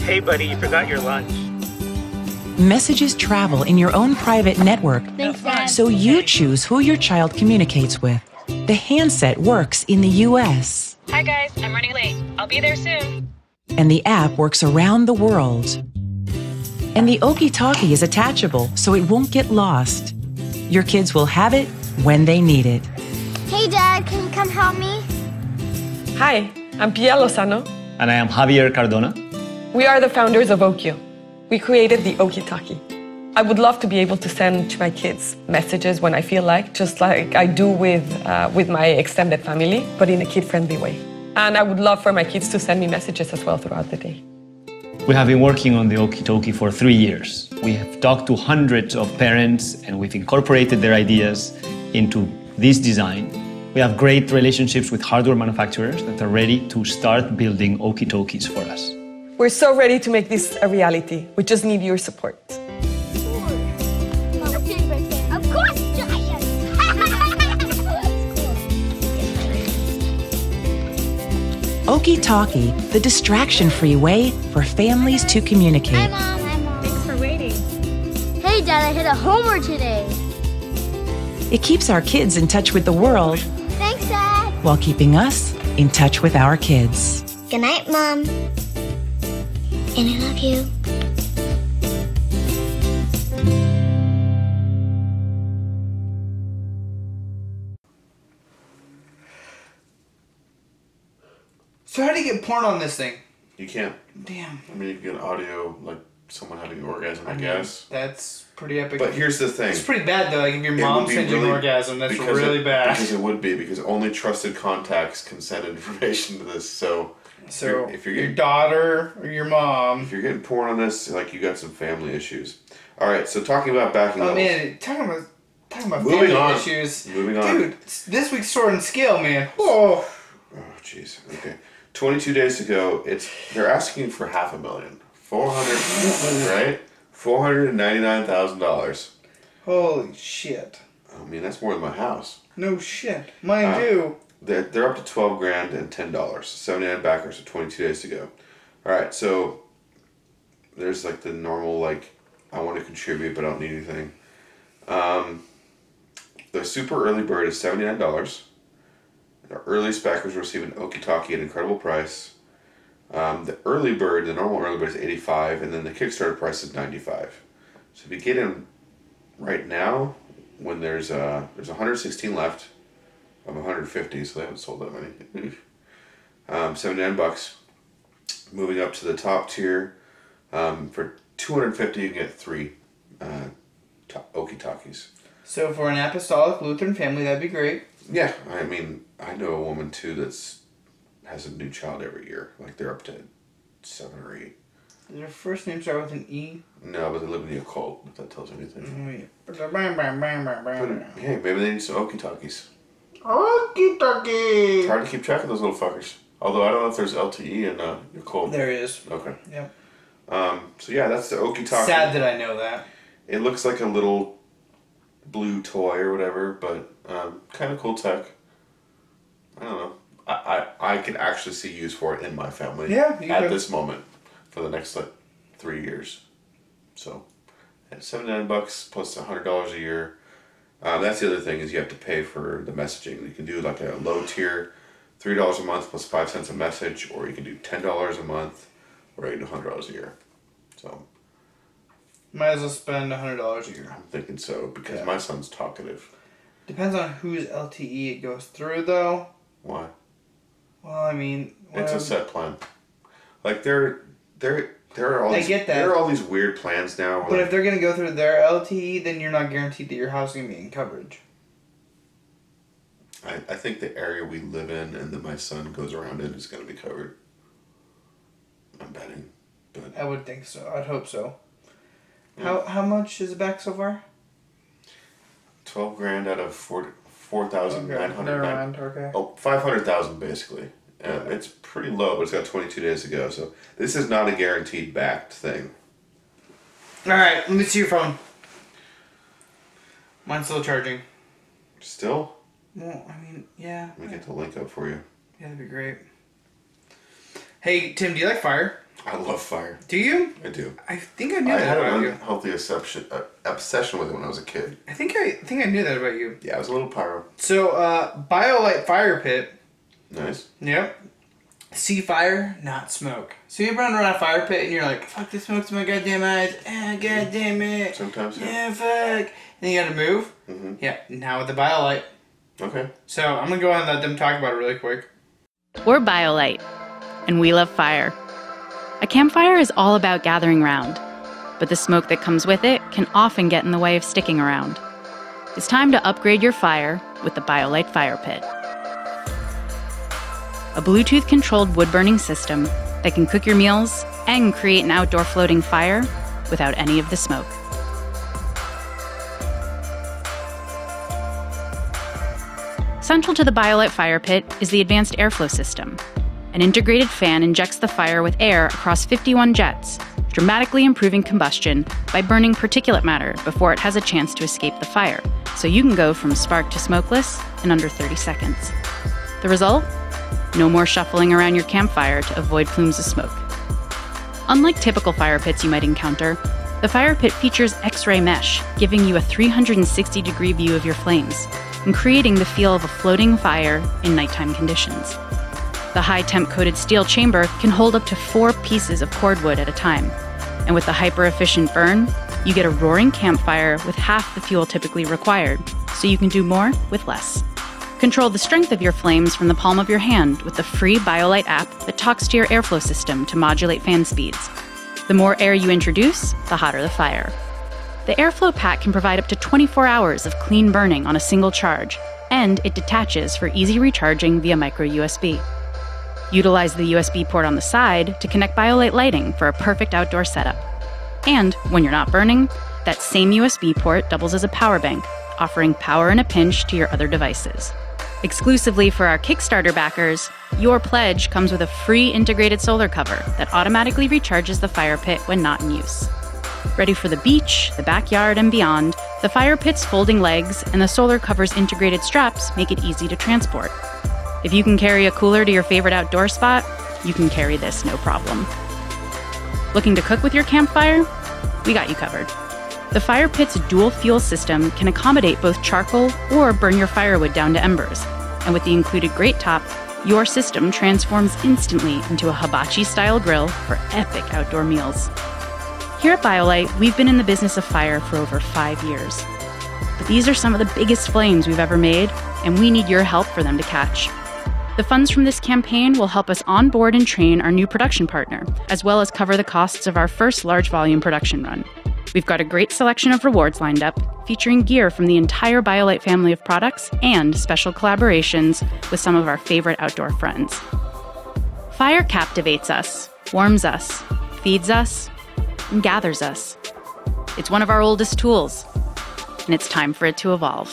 S6: Hey, buddy, you forgot your lunch.
S4: Messages travel in your own private network, so you choose who your child communicates with. The handset works in the US,
S7: Hi guys, I'm running late. I'll be there soon.
S4: and the app works around the world. And the Okie Talkie is attachable, so it won't get lost. Your kids will have it when they need it.
S5: Hey dad, can you come help me?
S8: Hi, I'm Pia Lozano.
S9: And I am Javier Cardona.
S8: We are the founders of Okio. We created the Okitaki. I would love to be able to send to my kids messages when I feel like, just like I do with, uh, with my extended family, but in a kid friendly way. And I would love for my kids to send me messages as well throughout the day.
S9: We have been working on the Okitoki for three years. We have talked to hundreds of parents and we've incorporated their ideas into this design. We have great relationships with hardware manufacturers that are ready to start building Okitokis for us.
S8: We're so ready to make this a reality. We just need your support.
S5: Of course, giant!
S4: Okie Talkie, the distraction free way for families to communicate.
S5: mom. Hi mom. Thanks for waiting. Hey dad, I hit a homer today.
S4: It keeps our kids in touch with the world
S5: Thanks dad.
S4: while keeping us in touch with our kids.
S5: Good night mom. And I love you.
S2: So how do you get porn on this thing?
S1: You can't.
S2: Damn.
S1: I mean, you can get audio like someone having an orgasm, I guess.
S2: That's pretty epic.
S1: But here's the thing.
S2: it's pretty bad though. Like if your
S1: It
S2: mom
S1: would be
S2: sends you an
S1: really-
S2: orgasm, that's
S1: because
S2: really
S1: it-
S2: bad.
S1: Because it would be because only trusted contacts can send information to this. So
S2: so
S1: if you're
S2: your
S1: getting
S2: daughter or your mom.
S1: if you're getting porn on this, like you got some family issues. All right, so talking about backing
S2: Oh
S1: levels.
S2: man, talking about talking about
S1: Moving
S2: family
S1: on.
S2: issues.
S1: Moving on.
S2: Dude, this week's sword and scale, man. Oh,
S1: Oh jeez. Okay. Twenty two days ago, it's they're asking for half a million. Four
S2: [LAUGHS]
S1: hundred right? Four hundred and ninety nine thousand dollars.
S2: holy shit.
S1: I mean that's more than my house.
S2: No shit. Mine
S1: Uh,
S2: do.
S1: They're, they're up to 12 grand and $10. 79 backers are 22 days to go. All right, so there's like the normal, like, I want to contribute, but I don't need anything. Um, the super early bird is $79. The earliest backers receive an Okitaki at an incredible price. Um, the early bird, the normal early bird is 85 and then the Kickstarter price is 95 So if you get in right now, when there's uh, there's 116 left, of 150, so they haven't sold that many. [LAUGHS] um, 79 bucks. Moving up to the top tier, um, for 250 you can get three uh, ta- Okie Talkies.
S2: So for an apostolic Lutheran family, that'd be great.
S1: Yeah, I mean, I know a woman too that's has a new child every year. Like they're up to seven or eight.
S2: Their first names are with an E.
S1: No, but they live in the occult. If that tells you anything.
S2: Oh, yeah. Okey
S1: Hey, maybe they need some okie talkies. It's
S2: dokey.
S1: hard to keep track of those little fuckers. Although I don't know if there's LTE in uh, your cold.
S2: There is.
S1: Okay.
S2: Yep.
S1: Um, so yeah, that's the okie talkie.
S2: Sad that I know that.
S1: It looks like a little blue toy or whatever, but um, kind of cool tech. I don't know. I, I, I could actually see use for it in my family
S2: Yeah, you
S1: at
S2: could.
S1: this moment for the next like three years. So at seventy nine bucks plus hundred dollars a year. Um, that's the other thing is you have to pay for the messaging. You can do like a low tier, three dollars a month plus five cents a message, or you can do ten dollars a month, or you can do hundred dollars a year. So
S2: Might as well spend hundred dollars a year.
S1: I'm thinking so because
S2: Yeah.
S1: my son's talkative.
S2: Depends on whose LTE it goes through, though.
S1: Why?
S2: Well, I mean,
S1: It's a
S2: whatever.
S1: set plan. Like there, there, there are all.
S2: I
S1: these,
S2: get that.
S1: There are all these weird plans now.
S2: But
S1: Where
S2: if they're gonna go through their LTE, then you're not guaranteed that your house is gonna be in coverage.
S1: I, I think the area we live in and that my son goes around in is going to be covered. I'm betting.
S2: I would think so. I'd hope so. How how much is it back so far?
S1: Twelve grand out of four four thousand nine
S2: Okay,
S1: hundred
S2: never
S1: nine.
S2: mind. Okay.
S1: Oh, 500,000 basically. Um, it's pretty low, but it's got 22 days to go. So this is not a guaranteed backed thing.
S2: All right. Let me see your phone. Mine's still charging.
S1: Still,
S2: Well, I mean, yeah.
S1: let me get the link up for you.
S2: Yeah, that'd be great. Hey, Tim, do you like fire?
S1: I love fire.
S2: Do you?
S1: I do.
S2: I think I
S1: I
S2: knew that
S1: had
S2: about
S1: an
S2: you.
S1: unhealthy obsession, uh, obsession with it when I was a kid.
S2: I think I, I think I knew that about you.
S1: Yeah, I was a little pyro.
S2: So, uh, BioLite Fire Pit.
S1: Nice.
S2: Yep. See fire, not smoke. So you run around a fire pit and you're like, "Fuck, this smoke's in my goddamn eyes! Ah, goddamn it!
S1: Sometimes, yeah.
S2: Yeah, fuck!" And you gotta move.
S1: Mm-hmm.
S2: Yeah. Now with the BioLite.
S1: Okay.
S2: So I'm gonna go ahead and let them talk about it really quick.
S4: We're BioLite, and we love fire. A campfire is all about gathering round, but the smoke that comes with it can often get in the way of sticking around. It's time to upgrade your fire with the BioLite Fire Pit. A Bluetooth controlled wood burning system that can cook your meals and create an outdoor floating fire without any of the smoke. Central to the BioLite fire pit is the advanced airflow system. An integrated fan injects the fire with air across 51 jets, dramatically improving combustion by burning particulate matter before it has a chance to escape the fire, so you can go from spark to smokeless in under 30 seconds. The result? No more shuffling around your campfire to avoid plumes of smoke. Unlike typical fire pits you might encounter, the fire pit features X ray mesh, giving you a 360 degree view of your flames and creating the feel of a floating fire in nighttime conditions. The high temp coated steel chamber can hold up to four pieces of cordwood at a time, and with the hyper efficient burn, you get a roaring campfire with half the fuel typically required, so you can do more with less. Control the strength of your flames from the palm of your hand with the free BioLite app that talks to your airflow system to modulate fan speeds. The more air you introduce, the hotter the fire. The airflow pack can provide up to 24 hours of clean burning on a single charge, and it detaches for easy recharging via micro USB. Utilize the USB port on the side to connect BioLite lighting for a perfect outdoor setup. And when you're not burning, that same USB port doubles as a power bank, offering power in a pinch to your other devices. Exclusively for our Kickstarter backers, your pledge comes with a free integrated solar cover that automatically recharges the fire pit when not in use. Ready for the beach, the backyard, and beyond, the fire pit's folding legs and the solar cover's integrated straps make it easy to transport. If you can carry a cooler to your favorite outdoor spot, you can carry this no problem. Looking to cook with your campfire? We got you covered. The fire pit's dual fuel system can accommodate both charcoal or burn your firewood down to embers. And with the included grate top, your system transforms instantly into a hibachi style grill for epic outdoor meals. Here at BioLite, we've been in the business of fire for over five years. But these are some of the biggest flames we've ever made, and we need your help for them to catch. The funds from this campaign will help us onboard and train our new production partner, as well as cover the costs of our first large volume production run. We've got a great selection of rewards lined up, featuring gear from the entire BioLite family of products and special collaborations with some of our favorite outdoor friends. Fire captivates us, warms us, feeds us, and gathers us. It's one of our oldest tools, and it's time for it to evolve.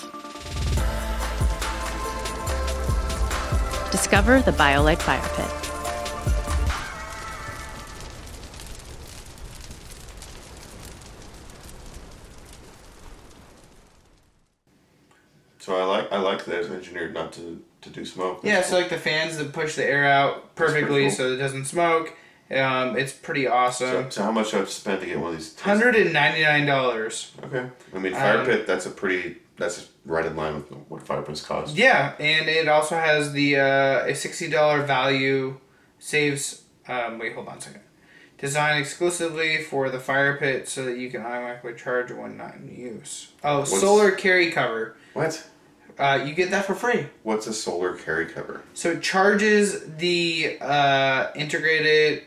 S4: Discover the BioLite Fire Pit.
S1: So I like I like that it's engineered not to, to do smoke.
S2: Yeah, it's like the fans that push the air out perfectly
S1: cool.
S2: so it doesn't smoke. Um, it's pretty awesome.
S1: So, so how much I've spent to get one of these?
S2: uh, Hundred and ninety nine dollars.
S1: Okay. I mean, fire
S2: Um,
S1: pit. That's a pretty. That's right in line with what fire pits cost.
S2: Yeah, and it also has the uh, a sixty dollar value saves. Um, wait, hold on a second. Designed exclusively for the fire pit, so that you can automatically charge one not in use. Oh,
S1: What's-
S2: solar carry cover.
S1: What?
S2: Uh, you get that for free.
S1: What's a solar carry cover?
S2: So it charges the uh, integrated.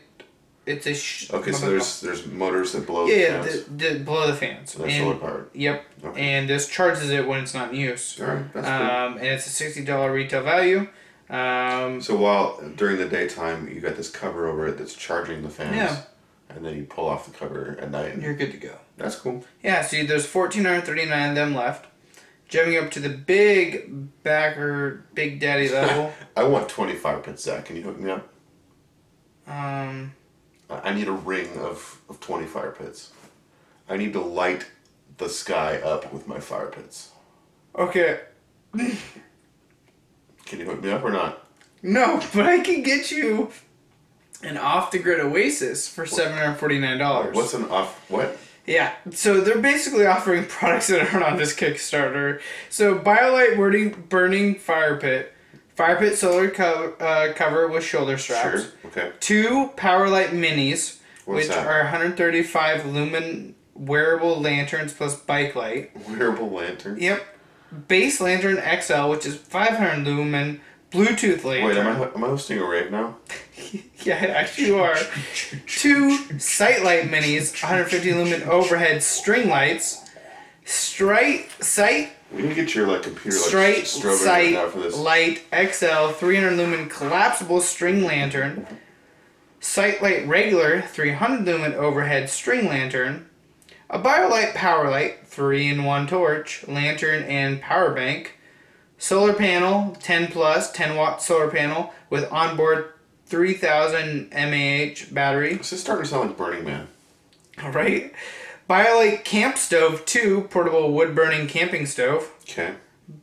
S2: It's a. Sh-
S1: Okay, so there's there's motors that blow.
S2: Yeah, yeah
S1: fans.
S2: the, the, below the fans.
S1: They're
S2: And-
S1: solar powered.
S2: Yep.
S1: Okay.
S2: And this charges it when it's not in use.
S1: Alright, that's cool.
S2: um, And it's a sixty dollar retail value. Um,
S1: so while during the daytime you got this cover over it that's charging the fans.
S2: Yeah.
S1: And then you pull off the cover at night. And
S2: You're good to go.
S1: That's cool.
S2: Yeah, so there's 1,439 of them left. Jumping up to the big backer, big
S1: [LAUGHS]
S2: daddy level.
S1: I want twenty five pit Zach. Can you hook me up?
S2: um,
S1: I I need a ring of, of 20 fire pits. I need to light the sky up with my fire pits.
S2: okay,
S1: Can you hook me up or not?
S2: no, [LAUGHS] but I can get you an off the grid Oasis for $749.
S1: What's an off? What?
S2: Yeah, so they're basically offering [LAUGHS] products that aren't on this Kickstarter. So BioLite burning, burning fire pit, fire pit solar co- uh, cover with shoulder straps,
S1: Okay.
S2: two PowerLite minis, which
S1: What's that?
S2: are 135 lumen wearable lanterns plus bike light.
S1: Wearable lantern.
S2: Yep, base lantern XL, which is 500 lumen Bluetooth lantern.
S1: Wait, am I, ho- am I hosting a rave now?
S2: Yeah, actually you are. Two sightlight minis, 150 lumen overhead string lights, Strite Sight
S1: We didn't get your like computer like
S2: Straight
S1: strobing right
S2: Sight
S1: now for this.
S2: Light XL 300 lumen collapsible string lantern, Sight Light Regular 300 lumen overhead string lantern, a BioLite Power Light 3 in 1 torch, lantern, and power bank, solar panel 10 plus 10 watt solar panel with onboard 3000 mAh battery. [LAUGHS]
S1: This is starting to sound like Burning Man.
S2: Right? BioLite Camp Stove 2 portable wood burning camping stove.
S1: Okay.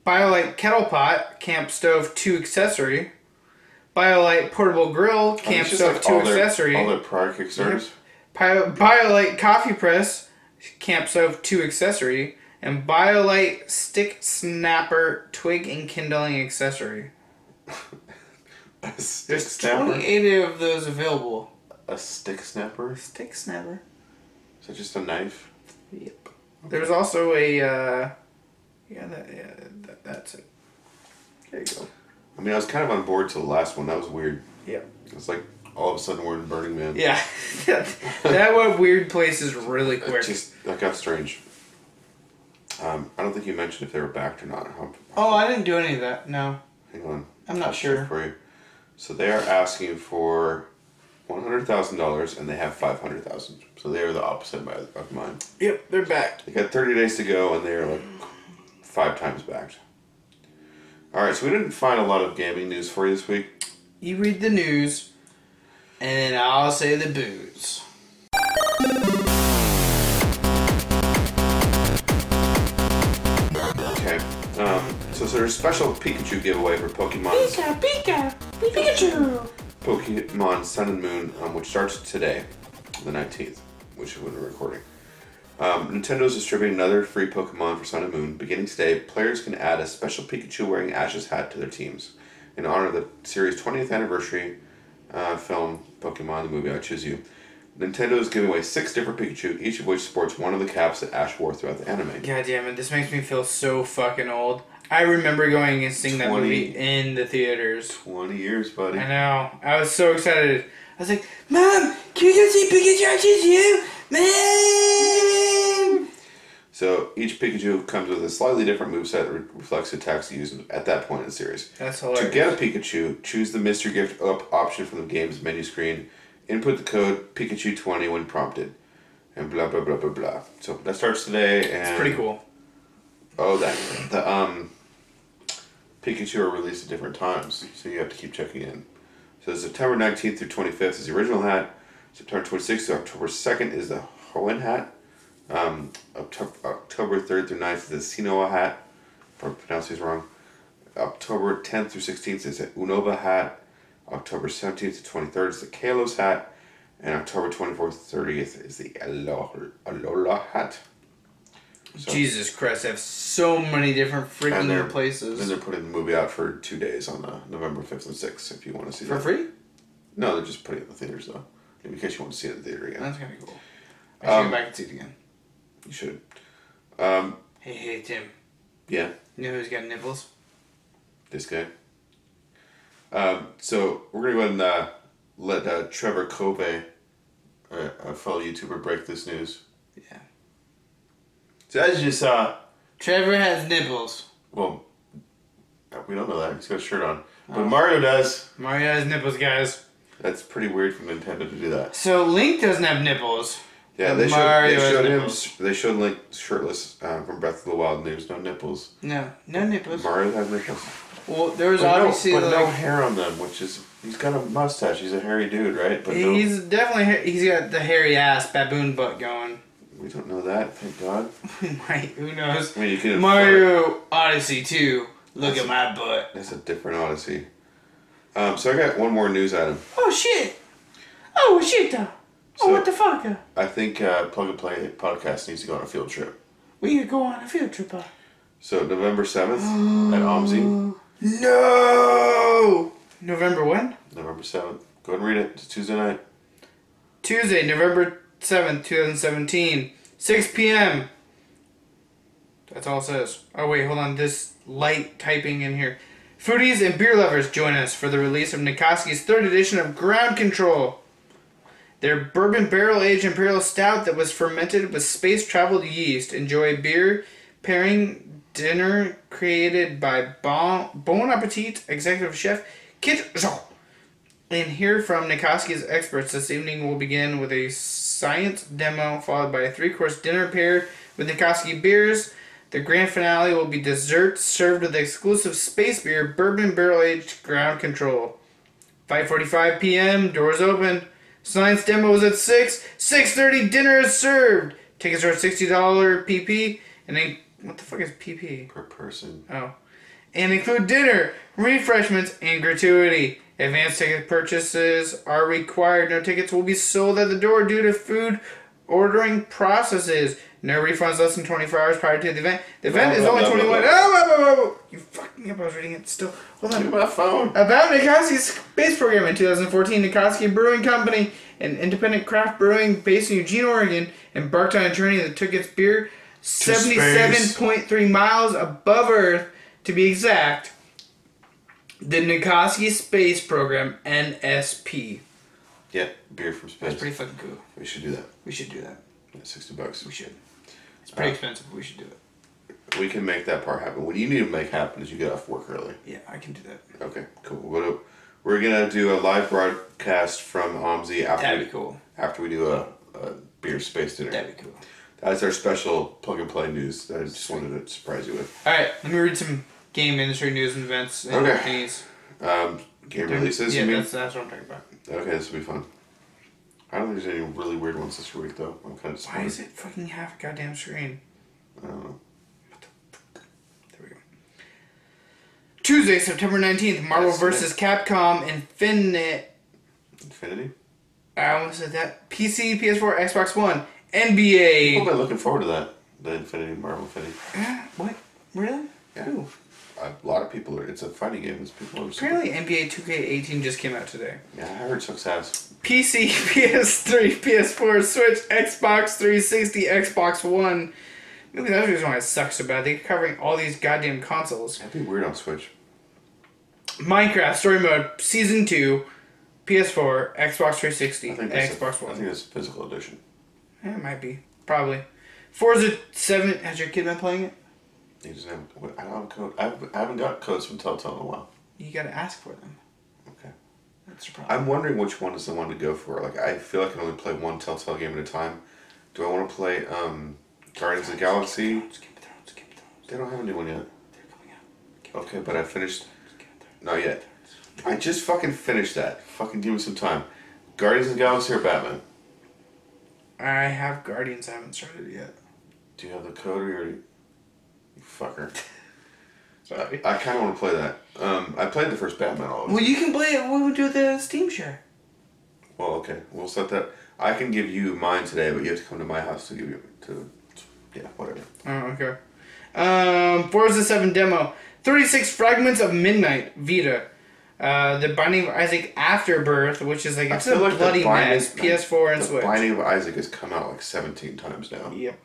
S2: BioLite Kettle Pot Camp Stove 2 accessory. BioLite Portable Grill
S1: I mean,
S2: Camp
S1: Oh, it's just
S2: Stove
S1: like
S2: 2
S1: all their,
S2: accessory.
S1: All their prior Kickstarters.
S2: Bio- BioLite Coffee Press Camp Stove 2 accessory. And BioLite Stick Snapper Twig and Kindling accessory.
S1: [LAUGHS] A stick snapper.
S2: 28 of those available.
S1: A stick snapper.
S2: Stick snapper.
S1: Is that just a knife?
S2: Yep. There's also a. Uh, yeah, that, yeah that, that's it. There you go.
S1: I mean, I was kind of on board till the last one. That was weird.
S2: Yeah.
S1: It's like all of a sudden we're in Burning Man.
S2: Yeah. [LAUGHS] that went weird places really quick.
S1: Just that got strange. Um, I don't think you mentioned if they were backed or not. How-
S2: Oh, I didn't do any of that. No.
S1: Hang on.
S2: I'm not
S1: I'll check
S2: sure.
S1: For you. So they are asking for one hundred thousand dollars, and they have five hundred thousand. So they are the opposite by- of mine.
S2: Yep, they're back.
S1: They got thirty days to go, and they are like five times backed. All right, so we didn't find a lot of gaming news for you this week.
S2: You read the news, and then I'll say the booze.
S1: Okay. Um, so, so there's a special Pikachu giveaway for Pokemon.
S2: Pika! Pikachu!
S1: Pokemon Sun and Moon, um, which starts today, the 19th, which is when we're recording. Um, Nintendo's distributing another free Pokemon for Sun and Moon. Beginning today, players can add a special Pikachu wearing Ash's hat to their teams in honor of the series' 20th anniversary uh, film Pokemon the Movie I Choose You. Nintendo is giving away six different Pikachu, each of which sports one of the caps that Ash wore throughout the anime.
S2: God damn it, this makes me feel so fucking old. I remember going and seeing that
S1: 20.
S2: movie in the theaters.
S1: 20 years, buddy.
S2: I know. I was so excited. I was like, Mom, can we go see Pikachu I Choose You? Man!
S1: So each Pikachu comes with a slightly different moveset that re- reflects attacks used at that point in the series.
S2: That's
S1: To
S2: hilarious.
S1: get a Pikachu, choose the Mystery Gift Up option from the game's menu screen. Input the code Pikachu20 when prompted. And blah, blah, blah, blah, blah. So that starts today. And
S2: It's pretty cool.
S1: Oh, that. The, um, Pikachu are released at different times, so you have to keep checking in. So September 19th through 25th is the original hat. September 26th to October 2nd is the Hoenn hat. Um, October, October 3rd through 9th is the Sinoa hat. If I'm pronouncing this wrong. October 10th through 16th is the Unova hat. October 17th to 23rd is the Kalos hat. And October 24th to 30th is the Alola, Alola hat.
S2: Jesus Christ, I have so many different
S1: And they're-
S2: freaking places.
S1: And they're putting the movie out for two days on uh, November 5th and 6th if you want to see
S2: For
S1: that.
S2: free?
S1: No, they're just putting it in the theaters though. In case you want to see it in the theater again.
S2: That's gonna be cool. I should
S1: Um,
S2: go back and see it again.
S1: You should. Um,
S2: Hey, hey, Tim.
S1: yeah,
S2: You know who's got nipples?
S1: this guy. Um, so we're going to go ahead and uh, let uh, Trevor Kobe, a, a fellow YouTuber, break this news.
S2: Yeah.
S1: So as you
S2: uh,
S1: saw,
S2: Trevor has nipples.
S1: well, uh, we don't know that. He's got a shirt on.
S2: Oh.
S1: But Mario does.
S2: Mario has nipples, guys.
S1: That's pretty weird for Nintendo to do that.
S2: So Link doesn't have nipples.
S1: Yeah,
S2: but
S1: they showed, they
S2: Mario has
S1: showed him.
S2: nipples.
S1: They showed Link shirtless uh, from Breath of the Wild, and there was no nipples.
S2: No, no nipples.
S1: Mario had nipples.
S2: Well, there was
S1: But no-
S2: obviously
S1: but no
S2: like-
S1: hair on them, which is he's got a mustache. He's a hairy dude, right? But no,
S2: He's definitely ha- he's got the hairy ass baboon butt going. [LAUGHS]
S1: we don't know that. Thank God.
S2: right? Who knows?
S1: I mean, you can
S2: Mario Odyssey two. Look at my butt.
S1: That's a different Odyssey. Um, so I got one more news item.
S2: Oh shit! Oh shit! though. oh what the fuck? uh,
S1: I think uh, Plug and Play podcast needs to go on a field trip.
S2: We need to go on a field trip. uh.
S1: So
S2: [GASPS]
S1: November seventh at OMSI.
S2: No. November when?
S1: November seventh. Go ahead and read it. It's Tuesday night.
S2: Tuesday, November 7th, 2017, 6 p.m. That's all it says. Oh, wait, hold on. This light typing in here. Foodies and beer lovers join us for the release of Nikoski's third edition of Ground Control. Their bourbon barrel aged imperial stout that was fermented with space traveled yeast. Enjoy beer pairing dinner created by Bon, bon Appetit executive chef Kit Jean. And hear from Nikoski's experts. This evening will begin with a science demo, followed by a three course dinner paired with Nikoski beers. The grand finale will be dessert served with exclusive space beer, bourbon barrel aged ground control. 5:45 p.m. Doors open. Science demo is at six. 6:30 dinner is served. Tickets are sixty dollar PP and then what the fuck is PP?
S1: Per person.
S2: Oh. And include dinner, refreshments, and gratuity. Advance ticket purchases are required. No tickets will be sold at the door due to food ordering processes. No refunds less than 24 hours prior to the event. The event is
S1: Blah,
S2: only
S1: blah, blah,
S2: 21.
S1: blah,
S2: Oh, whoa, whoa, whoa, whoa. You fucked me up. I was reading it still. Hold on.
S1: my phone.
S2: About Nikoski's space program in 2014, Nikoski Brewing Company, an independent craft brewing based in Eugene, Oregon, embarked on a journey that took its beer 77.3 miles above Earth, to be exact. The Nikoski Space Program, NSP.
S1: Yeah, beer from space.
S2: That's pretty fucking cool.
S1: We should do that.
S2: We should do that.
S1: Yeah, Sixty bucks.
S2: We should. It's pretty
S1: Uh,
S2: expensive, but we should do it.
S1: We can make that part happen. What you need to make happen is you get off work early.
S2: Yeah, I can do that.
S1: Okay, cool. We're gonna, we're gonna do a live broadcast from OMSI after
S2: That'd be
S1: we,
S2: cool.
S1: after we do a, a beer space dinner.
S2: That'd be cool.
S1: That's our special plug and play news that I just wanted to surprise you with.
S2: All right, let me read some game industry news and events. And
S1: Okay.
S2: Things.
S1: Um, game releases.
S2: Yeah,
S1: you mean?
S2: that's, uh, that's what I'm talking about.
S1: Okay, this will be fun. I don't think there's any really weird ones this week though. I'm kind of
S2: Why is it fucking half a goddamn screen?
S1: I don't know.
S2: Tuesday, September 19th, Marvel vs. Capcom Infinite.
S1: Infinity.
S2: I almost said that. PC, PS4, Xbox One, NBA.
S1: People have been looking forward to that. The Infinity Marvel Infinity.
S2: Ah, what? Really?
S1: Yeah.
S2: Ooh.
S1: A lot of people are. It's a fighting game. It's people are.
S2: Apparently, NBA 2K18 just came out today.
S1: Yeah, I heard success.
S2: [LAUGHS] PC, PS3, PS4, Switch, Xbox 360, Xbox One. Maybe that's the reason why it sucks so bad. They're covering all these goddamn consoles.
S1: That'd be weird on Switch.
S2: Minecraft Story Mode Season 2, PS4, Xbox 360,
S1: I think that's a-
S2: Xbox One.
S1: I think it's a physical edition.
S2: Yeah, It might be. Probably. Forza Seven. Has your kid been playing it?
S1: He doesn't have. I don't have code. I haven't, I haven't got codes from Telltale in a while.
S2: You gotta ask for them.
S1: Okay.
S2: That's your problem.
S1: I'm wondering which one is the one to go for. Like, I feel I can only play one Telltale game at a time. Do I want to play um, Guardians of the Galaxy? They don't have a new one yet. Okay, but I finished. Not yet. I just fucking finished that. Fucking give me some time. Guardians of the Galaxy or Batman?
S2: I have Guardians. I haven't started it yet.
S1: Do you have the code or you you [LAUGHS] fucker? Sorry. I, kind of want to play that. Um, I played the first Batman all over.
S2: Well, you can play it. We'll do the Steam share.
S1: Well, okay, we'll set that. I can give you mine today, but you have to come to my house to give you to. Yeah, whatever.
S2: Oh, okay. Um, Forza 7 demo. 36 Fragments of Midnight, Vita. Uh, the Binding of Isaac Afterbirth, which is like,
S1: I
S2: it's a
S1: feel like the
S2: bloody
S1: Binding-
S2: mess. PS4 and
S1: the
S2: Switch.
S1: Binding of Isaac has come out like 17 times now.
S2: Yep.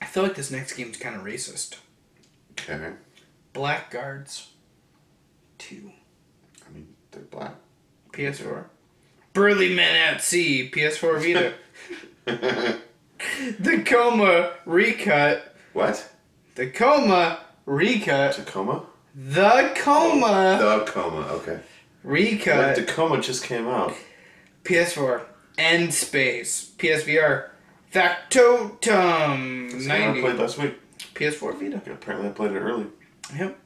S2: I feel like this next game's kind of racist.
S1: Okay.
S2: Blackguards 2.
S1: I mean, they're black.
S2: PS4. Burly Men at Sea, PS4
S1: [LAUGHS]
S2: Vita. Tacoma Recut.
S1: What?
S2: Tacoma Recut.
S1: Tacoma?
S2: The Coma
S1: The coma. Okay.
S2: Recut.
S1: Like, Tacoma just came out.
S2: PS4. End Space. PSVR. Factotum.
S1: Is that what I
S2: 90.
S1: played last week?
S2: PS4 Vita.
S1: Yeah, apparently, I played it early.
S2: Yep.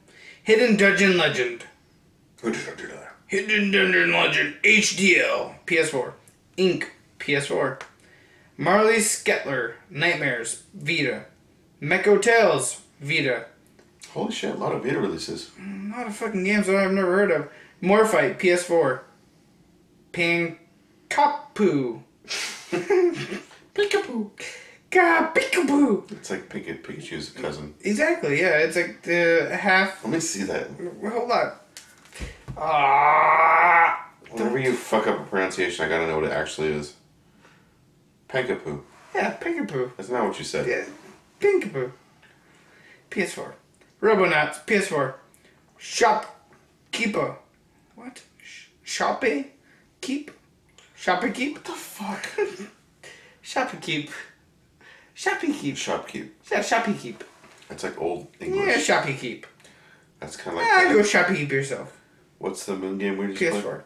S2: Hidden Dungeon Legend. Hidden Dungeon Legend. HDL. PS4. Inc. PS4. Marley Skettler. Nightmares. Vita. Mecho Tales. Vita.
S1: Holy shit, a lot of Vita releases.
S2: A lot of fucking games that I've never heard of. Morphite. PS4. Ping. Kapu. Peekaboo. Ka peekaboo.
S1: It's like Pika- Pikachu's cousin.
S2: Exactly, yeah. It's like the half.
S1: Let me see that.
S2: Hold on. Ah.
S1: Whenever you fuck up a pronunciation, I gotta know what it actually is. Penkapoo.
S2: Yeah, Peekaboo.
S1: That's not what you said.
S2: Yeah, Pinkaboo. PS4. Robonauts, PS4. Shopkeeper. What? Sh- Shoppe? Keep? Shoppe keep? What the fuck? [LAUGHS] Shoppe keep. Shoppe keep.
S1: Shopkeep.
S2: Yeah, shoppe keep.
S1: That's like old English.
S2: Yeah, shoppe keep. Ah,
S1: That's kind of like.
S2: Yeah,
S1: the-
S2: go shoppe keep yourself.
S1: What's the moon game we just
S2: PS4.
S1: played?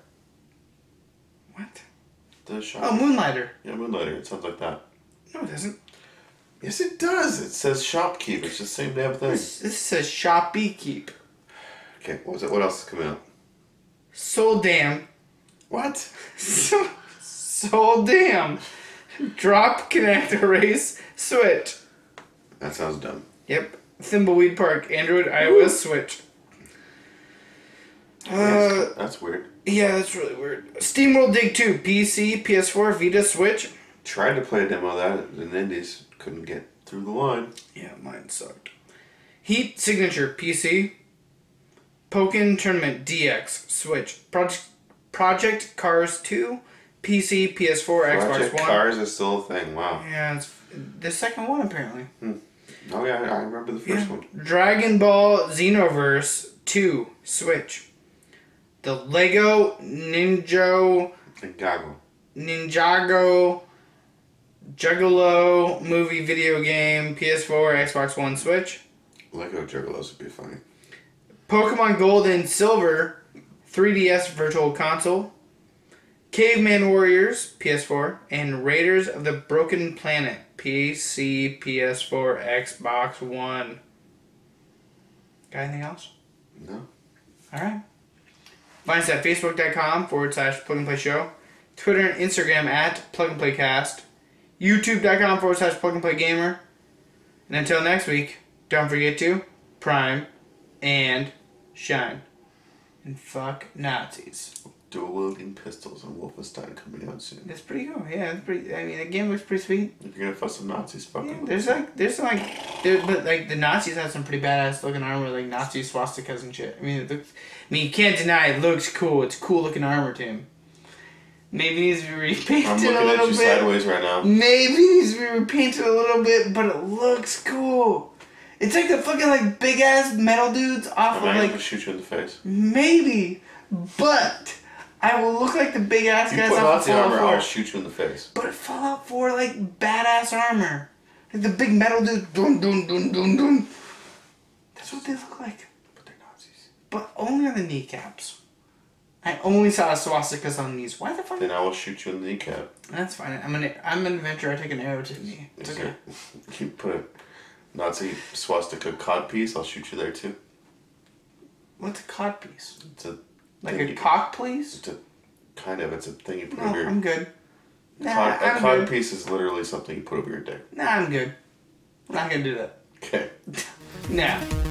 S2: What?
S1: The shop.
S2: Oh, Moonlighter.
S1: Yeah, Moonlighter. It sounds like that.
S2: No, it doesn't.
S1: Yes, it does. It says shopkeep. It's the same damn thing.
S2: This says shoppe keep.
S1: Okay, what was it? What else is coming out?
S2: Soul Dam.
S1: What?
S2: So, Soul Dam. Drop, connect, erase, switch.
S1: That sounds dumb.
S2: Yep. Thimbleweed Park, Android, iOS, Switch. Uh,
S1: That's weird.
S2: yeah, that's really weird. SteamWorld Dig 2, PC, PS4, Vita, Switch.
S1: Tried to play a demo of that in Indies. Couldn't get through the line.
S2: Yeah, mine sucked. Heat Signature, PC. Pokken Tournament DX, Switch. Project, Project Cars 2, PC, PS4,
S1: Project
S2: Xbox One.
S1: Cars is still a thing. Wow.
S2: Yeah, it's the second one apparently.
S1: Oh yeah, I I remember the first one.
S2: Dragon Ball Xenoverse 2 Switch. The Lego Ninja
S1: And Goggle.
S2: Ninjago Juggalo movie video game PS4, Xbox One, Switch.
S1: Lego Juggalos would be funny.
S2: Pokemon Gold and Silver 3DS Virtual Console. Caveman Warriors PS4 and Raiders of the Broken Planet PC, PS4, Xbox One. Got anything else?
S1: No.
S2: All right. Find us at facebook.com forward slash plug and play show. Twitter and Instagram at plug and play cast. YouTube.com forward slash plug and play gamer. And until next week, don't forget to prime and shine. And fuck Nazis.
S1: Dual and Pistols and Wolfenstein coming out soon.
S2: That's pretty cool. Yeah, that's pretty. I mean, the game looks pretty sweet.
S1: If you're gonna fuck some Nazis, fuck them.
S2: There's like, there's some like, there, but like the Nazis have some pretty badass looking armor, like Nazi swastikas and shit. I mean, it looks, I mean, you can't deny it looks cool. It's cool looking armor to him. Maybe it needs to be repainted
S1: I'm
S2: a
S1: looking at
S2: little
S1: you
S2: bit.
S1: sideways right now.
S2: Maybe it needs to be repainted a little bit, but it looks cool. It's like the fucking like big ass metal dudes off
S1: I'm
S2: of
S1: not
S2: like
S1: gonna shoot you in the face.
S2: maybe, but I will look like the big ass
S1: You
S2: guys
S1: put
S2: off
S1: out
S2: the
S1: the armor, I'll
S2: Fallout 4.
S1: shoot you in the face.
S2: But Fallout 4, like, badass armor. Like the big metal dude. Dun, dun, dun, dun, dun. That's what they look like. But they're Nazis. But only on the kneecaps. I only saw swastikas on these. Why the fuck?
S1: Then I will shoot you in the kneecap.
S2: That's fine. I'm an I'm an adventurer. I take an arrow to the knee. It's okay.
S1: [LAUGHS] You put a Nazi swastika codpiece, I'll shoot you there too.
S2: What's a codpiece?
S1: It's a
S2: Like
S1: thing
S2: a
S1: you-
S2: cock, please?
S1: It's a kind of it's a thing you put
S2: No,
S1: over your.
S2: I'm good. Nah,
S1: cod, a
S2: I'm good.
S1: codpiece is literally something you put over your dick.
S2: [LAUGHS] Nah, I'm good. I'm not gonna do that.
S1: Okay.
S2: Nah.